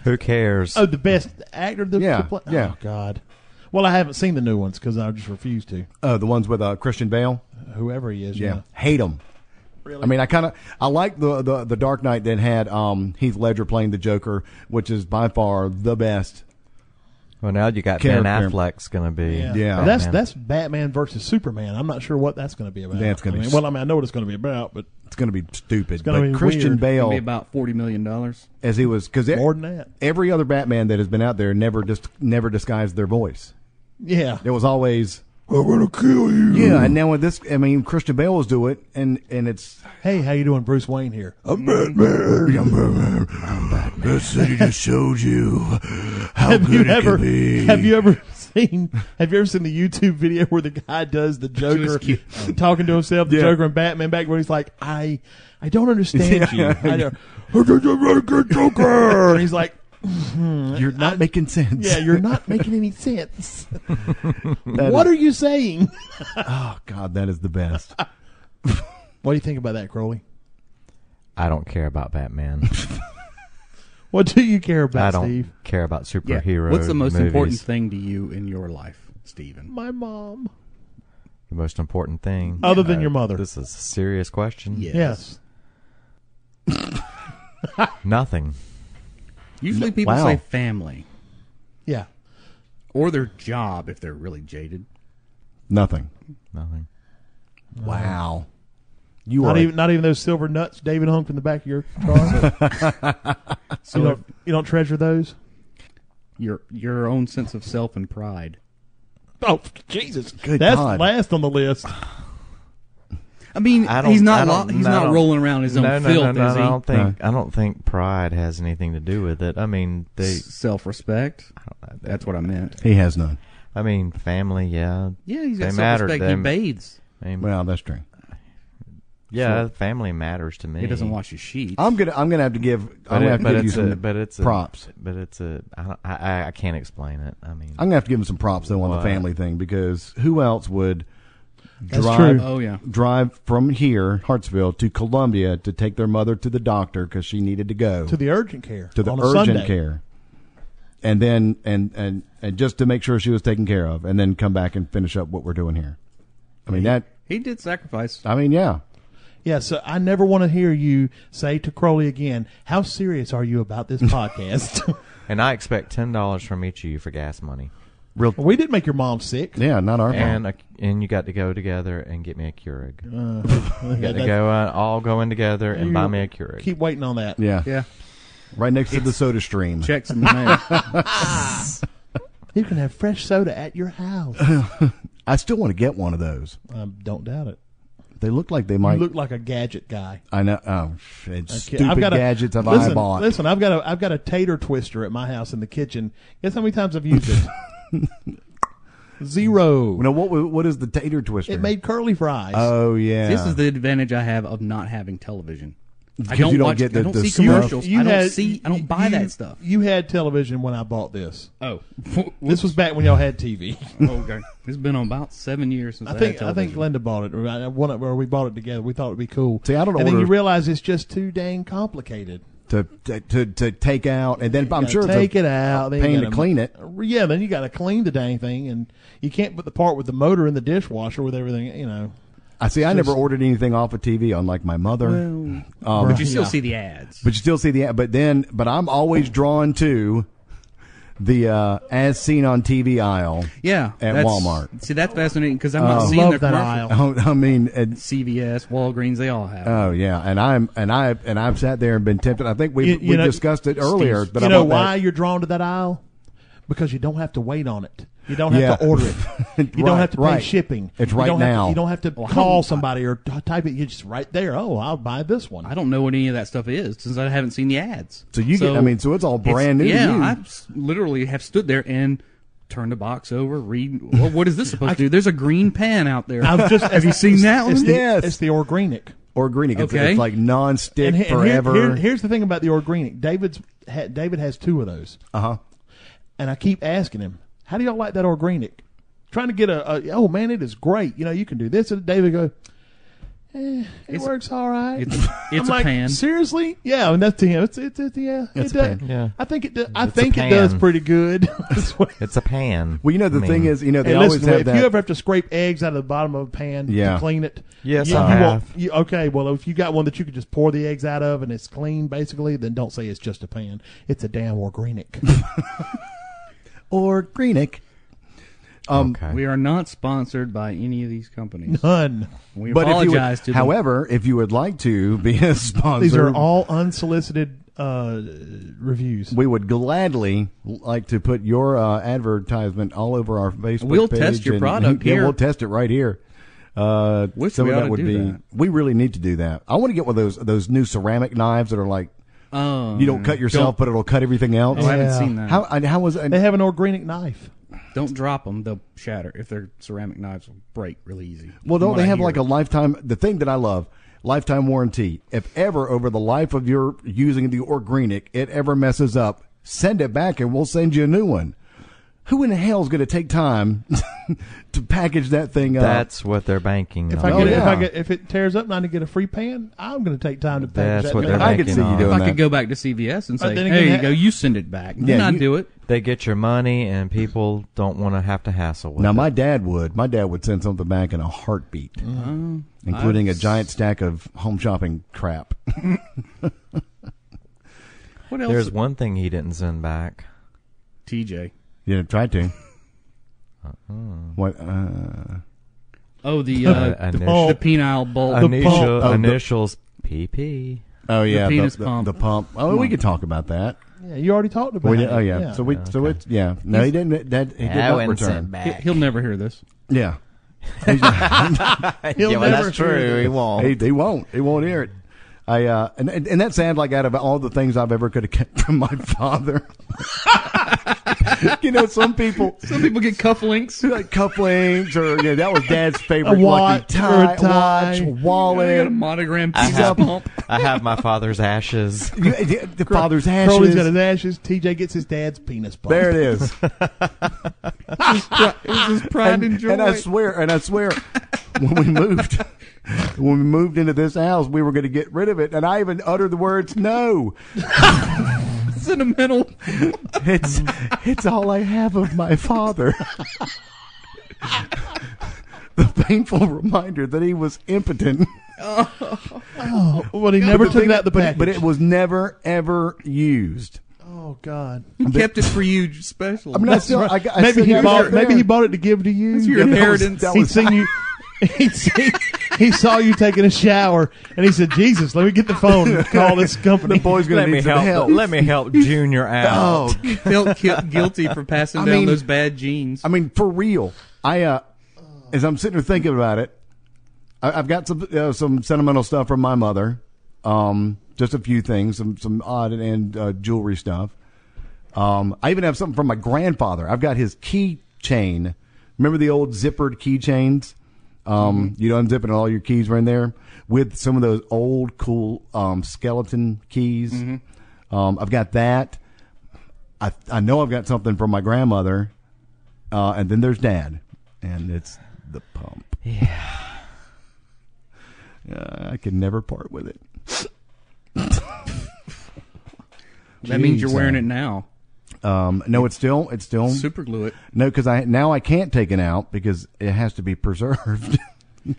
Who cares? Oh, the best actor. The, Yeah, to play- yeah. Oh God. Well, I haven't seen the new ones because I just refuse to. Uh, the ones with uh, Christian Bale. Whoever he is. Yeah, Yeah. hate him. Really? I mean, I kind of I like the, the the Dark Knight that had um, Heath Ledger playing the Joker, which is by far the best. well, now you got Care- Ben care- Affleck's going to be. Yeah. Oh, But that's Batman. that's Batman versus Superman. I'm not sure what that's going to be about. That's gonna be I mean, s- well, I mean, I know what it's going to be about, but It's going to be stupid. gonna but be Christian weird. Bale, Be about forty million dollars. as he was, because more than that. every other Batman that has been out there never just never disguised their voice. Yeah. It was always I'm gonna kill you. yeah. And now with this, I mean, Christian Bale will do it, and and it's Hey, how you doing, Bruce Wayne? Here. I'm Batman. I'm Batman. That city just showed you how have you ever have you ever seen have you ever seen the YouTube video where the guy does the Joker cute. talking to himself, the Yeah. Joker and Batman back where he's like, I I don't understand you. I don't, and Joker. he's like, You're not making sense. Yeah, you're not making any sense. That what is- are you saying? oh God, that is the best. What do you think about that, Crowley? I don't care about Batman. What do you care I about, don't Steve? care about superhero. What's the most movies. important thing to you in your life, Steven? My mom. The most important thing, Other than your mother. This is a serious question. Yes. Yes. Nothing. Usually people Wow. say family Yeah. or their job if they're really jaded. Nothing. Nothing. Wow. You Not are even not even those silver nuts David hung from the back of your car. So you if don't you don't treasure those? your your own sense of self and pride. Oh Jesus. Good That's God. last on the list. I mean, I don't. he's not I lo- don't, he's I not don't- rolling around his own no, no, filth, No, no, is no, he? I don't think. I don't think pride has anything to do with it. I mean, they. Self respect. That's what I meant. he has none. I mean, family. Yeah. Yeah, he's They got self matter, respect. they- He bathes. I mean, Well, that's true. yeah, family matters to me. He doesn't wash his sheets. I'm gonna I'm gonna have to give I'm it- gonna have to give you it's some a, but it's a- props. but it's a. I, don't- I, I- I can't explain it. I mean, I'm gonna have to give him some props though on the Wow. family thing because who else would That's drive true. Oh, yeah. drive from here Hartsville to Columbia to take their mother to the doctor because she needed to go To the urgent care. to the on a urgent Sunday. care, and then and and and just to make sure she was taken care of, and then come back and finish up what we're doing here. I mean that. He did sacrifice. I mean yeah. Yeah, so I never want to hear you say to Crowley again, How serious are you about this podcast? and I expect ten dollars from each of you for gas money, Real. we did make your mom sick. Yeah, not our and fault. a, and you got to go together and get me a Keurig. Yeah, you got to that's- go uh, all go in together and buy me a Keurig. Keep waiting on that. Yeah. Yeah, Right next to the soda stream. checks in the mail. You can have fresh soda at your house. I still want to get one of those. I don't doubt it. They look like they You might. look like a gadget guy. I know. Oh, shit, Okay, stupid gadgets I've listen, eyeballed. Listen, I've got a I've got a tater twister at my house in the kitchen. Guess how many times I've used it? Zero. Now, what wa- what is the tater twister? It made curly fries. oh yeah. This is the advantage I have of not having television. I Because don't you don't watch. get the- I don't the see stuff. commercials. I don't had- see. I don't buy you- that stuff. You had television when I bought this. Oh, This was back when y'all had TV. okay. It's been about seven years since I, I think had I think television. Linda bought it. Right? Uh, One of- where we bought it together. We thought it'd be cool. See, I don't And then order- you realize it's just too dang complicated. to, to to to take out, and then I'm gotta sure it's take a it out. then you pain to gotta- clean it. Yeah, then you got to clean the dang thing, and you can't put the part with the motor in the dishwasher with everything. You know, I see. I never ordered anything off of TV, unlike my mother. Um, Well, but you still yeah. see the ads. but you still see the. But then, but I'm always drawn to the uh, as seen on TV aisle. yeah, at that's- Walmart. See, that's fascinating because I'm not I seeing love the that commercials. aisle. Oh, I mean, and, CVS, Walgreens, they all have. it. oh yeah, and I'm and I and I've sat there and been tempted. I think we You- you we know- discussed it earlier. Steve, but you I know want that- why you're drawn to that aisle? because you don't have to wait on it. You don't have to Yeah. order it. You don't Right, have to pay right. shipping. It's You right don't have to- now. you don't have to call somebody or t- type it. You just right there. Oh, I'll buy this one. I don't know what any of that stuff is since I haven't seen the ads. So you get- I mean, so it's all brand new to Yeah, you. I s- literally have stood there and turned the box over, read. Well, what is this supposed to do? There's a green pan out there. I've just have you seen that one? It's the, Yes. it's the organic. or green. It's, Okay. it's like non-stick And he- and here- forever. here- here's the thing about the organic. David's ha, David has two of those, uh-huh. and I keep asking him, "How do y'all like that organic?" Trying to get a, a oh man, it is great. You know, you can do this. And David go, eh, it It's- works all right. it's I'm it's a like, pan. Seriously? Yeah, and that's to him. It's it's, it's yeah. It's it a does- pan. Yeah. I think it. Do, I It's a think it does pan. pretty good. That's what- It's a pan. Well, you know the I mean, thing is, you know they Hey, always listen, have if that. you ever have to scrape eggs out of the bottom of a pan Yeah. to clean it, Yes, you, I you have. won't- you- okay, well, if you got one that you could just pour the eggs out of and it's clean, basically, then don't say it's just a pan. It's a damn organic. or greenic. Um, okay. We are not sponsored by any of these companies. None. We But if you would- apologize to them. however, if you would like to be a sponsor, These are all unsolicited uh, reviews. we would gladly like to put your uh, advertisement all over our Facebook. We'll page test your and- product yeah, here. We'll test it right here. Uh, Wish some we of oughta that would do be. that. We really need to do that. I want to get one of those those new ceramic knives that are like Um, you don't cut yourself, but it'll cut everything else. Oh, I haven't Yeah. seen that. How and how was and, They have an organic knife. Don't drop them; they'll shatter. If they're ceramic knives, will break really easy. Well, from don't what they I have hear. like a lifetime? The thing that I love, lifetime warranty. If ever over the life of your using the Organic, it ever messes up, send it back and we'll send you a new one. Who in the hell is going to take time to package that thing up? That's what they're banking. If on. I get, Oh, yeah. if I get, if it tears up and I need to get a free pan, I'm going to take time to package That's that. what thing. they're I could banking see you on. doing If I that. could go back to CVS and But say, then "There again, you that- go, you send it back," then Yeah, I you- do it. They get your money, and people don't want to have to hassle with. now, it. my dad would. My dad would send something back in a heartbeat, Uh-huh. including a giant stack of home shopping crap. What else? There's one thing he didn't send back. TJ. you know, tried to. What? Uh, Oh, the uh, Uh, the, initial- the penile bulb. pump. Initial, Oh, the- initials PP. oh yeah, penis the, pump. the pump. Oh, we could talk about that. Yeah, you already talked about Well, yeah, it. oh yeah. So we so it's yeah. No, he didn't. That he did not return. He- He'll never hear this. Yeah, He'll yeah, well, never that's hear true. He this. won't. he, he won't. He won't hear it. I uh, and and and that sounds like out of all the things I've ever could have kept from my father. you know, some people Some people get cufflinks. like cufflinks or yeah, that was dad's favorite lucky watch tie, or a tie. watch wallet. a monogram I penis have, pump. I have my father's ashes. You- the the father's Crowley's got his ashes. ashes. TJ gets his dad's penis. pump. There it is. This is pride and, joy. and I swear, and I swear, when we moved, when we moved into this house, we were going to get rid of it, and I even uttered the words "no." sentimental. It's it's all I have of my father. the painful reminder that he was impotent. Well, he never But took thing- it out the but package. but it was never ever used. oh God. He kept it for you special. I mean, I still, I, got- I maybe still he got it bought. right Maybe there. he bought it to give to you. It's your Yeah, that was- inheritance. that He'd was- seen you. He'd seen, he saw you taking a shower, and he said, "Jesus, let me get the phone and call this company." The boy's going Let to me need some help. help. Let me help Junior out. Oh, felt gu- guilty for passing I down mean- those bad genes. I mean, for real. I uh, as I'm sitting here thinking about it, I, I've got some uh, some sentimental stuff from my mother. Um, just a few things, some some odd and, and uh, jewelry stuff. Um, I even have something from my grandfather. I've got his keychain. Remember the old zippered keychains? Um, You'd unzip it and all your keys were in there with some of those old cool um, skeleton keys. Um, I've got that. I I know I've got something from my grandmother, uh, and then there's Dad, and it's the pump. Yeah, I can never part with it. that means you're geez, wearing uh, it now. Um, no, it's still it's still Super glue it. no because I now I can't take it out because it has to be preserved.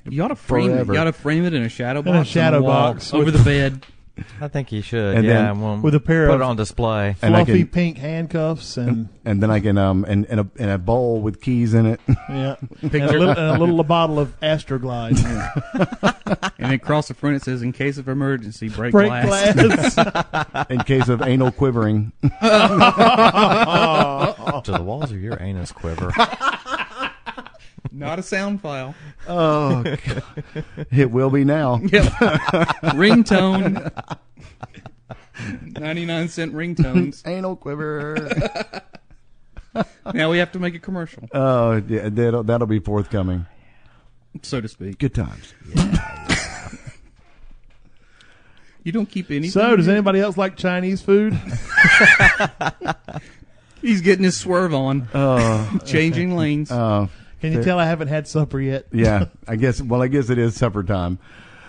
You ought to frame Forever. it. You ought to frame it in a shadow box. a on the shadow wall, box over with- the bed. I think he should. And yeah, then we'll with a pair put of- it on display. And I Fluffy can- pink handcuffs and and then I can um and and a, and a bowl with keys in it. yeah, and a, little, and a little bottle of Astroglide. And then across the front it says, "In case of emergency, break, Break glass." glass. in case of anal quivering. Do the walls of your anus quiver? Not a sound file. Oh, it will be now. Yep. ringtone. 99 cent ringtones. Anal quiver. Now we have to make a commercial, Oh, yeah, that'll, that'll be forthcoming. so to speak. Good times. You don't keep anything. So, does anybody else like Chinese food? He's getting his swerve on, Uh, Oh, changing lanes. oh, Can you tell I haven't had supper yet? yeah. I guess. Well, I guess it is supper time.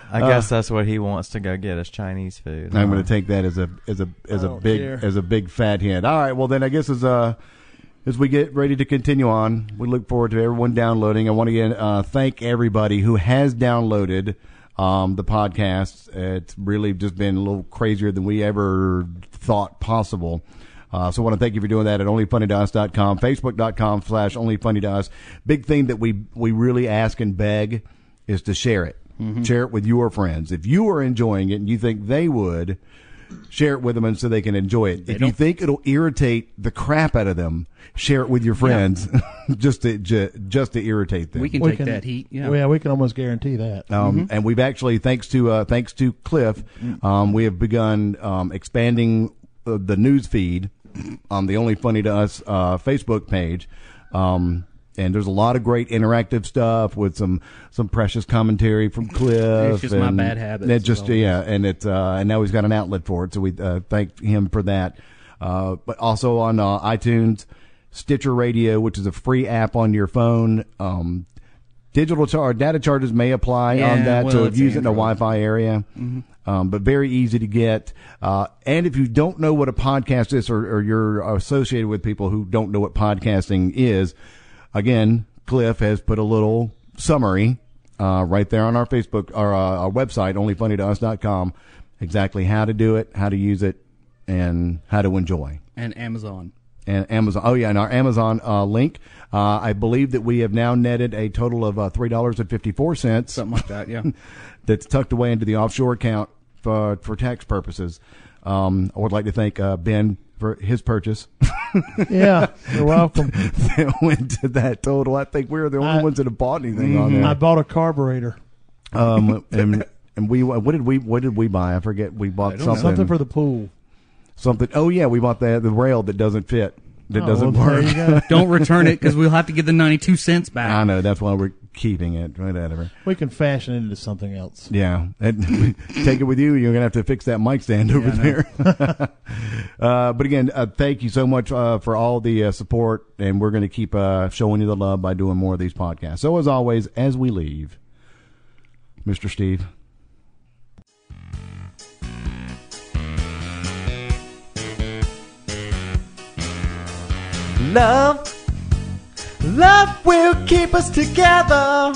I guess that's what he wants to go get is Chinese food. I'm going huh? to take that as a as a as I a don't big care. as a big fat hint. All right. Well, then I guess as uh as we get ready to continue on, we look forward to everyone downloading. I want to again uh, thank everybody who has downloaded um, the podcast. It's really just been a little crazier than we ever thought possible. Uh, so I want to thank you for doing that at onlyfunnydice.com, facebook.com slash onlyfunnydice. Big thing that we, we really ask and beg is to share it. Share it with your friends. If you are enjoying it and you think they would, share it with them and so they can enjoy it. if you think it'll irritate the crap out of them, share it with your friends just to ju- just to irritate them. we can We take can- that heat. Yeah. Well, we can almost guarantee that. Um, Mm-hmm. And we've actually, thanks to uh, thanks to Cliff, Mm. um, we have begun um, expanding uh, the news feed on the Only Funny to Us uh, Facebook page. Um, and there's a lot of great interactive stuff with some some precious commentary from Cliff. It's just my and bad habits, It just so. yeah, and it's uh, and now he's got an outlet for it, so we uh, thank him for that. Uh, but also on uh, iTunes, Stitcher Radio, which is a free app on your phone. Um, digital char- data charges may apply Yeah, on that, so well, if it's you use it in a Android. Wi-Fi area. Um, but very easy to get. Uh, and if you don't know what a podcast is, or, or you're associated with people who don't know what podcasting is, again, Cliff has put a little summary uh, right there on our Facebook, our, uh, our website, onlyfunnytous.com, exactly how to do it, how to use it, and how to enjoy And Amazon. and Amazon. Oh yeah, and our Amazon uh, link. Uh, I believe that we have now netted a total of uh, three dollars and fifty four cents Something like that, yeah. that's tucked away into the offshore account for for tax purposes. Um, I would like to thank uh, Ben for his purchase yeah, you're welcome. that went to that total. I think we were the only I- Mm-hmm. ones that have bought anything on I there. bought a carburetor, Um, and, and we what did we what did we buy? I forget. We bought don't know. something something for the pool. something. Oh yeah, we bought the the rail that doesn't fit that Oh, doesn't well, work. There you go. Don't return it because we'll have to get the 92 cents back. I know that's why we're keeping it. Whatever. We can fashion it into something else. Yeah, and take it with you. You're gonna have to fix that mic stand over there. uh, but again, uh, thank you so much uh, for all the uh, support, and we're gonna keep uh, showing you the love by doing more of these podcasts. So as always, as we leave, Mr. Steve. Love, love will keep us together.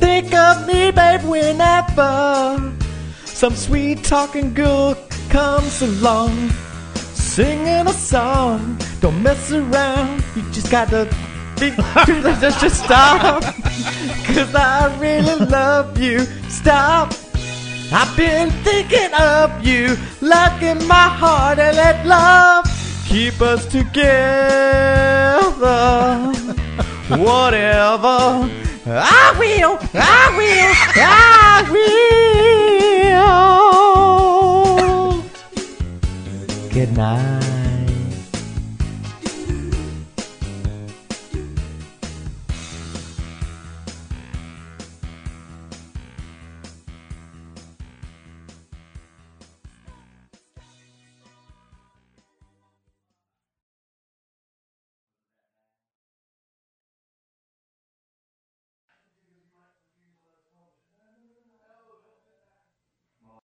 Think of me, babe, whenever some sweet talking girl comes along, singing a song. Don't mess around, you just gotta be, just, just stop. Cause I really love you. Stop. I've been thinking of you, lock in my heart, and let love keep us together. Whatever. I will, I will, I will.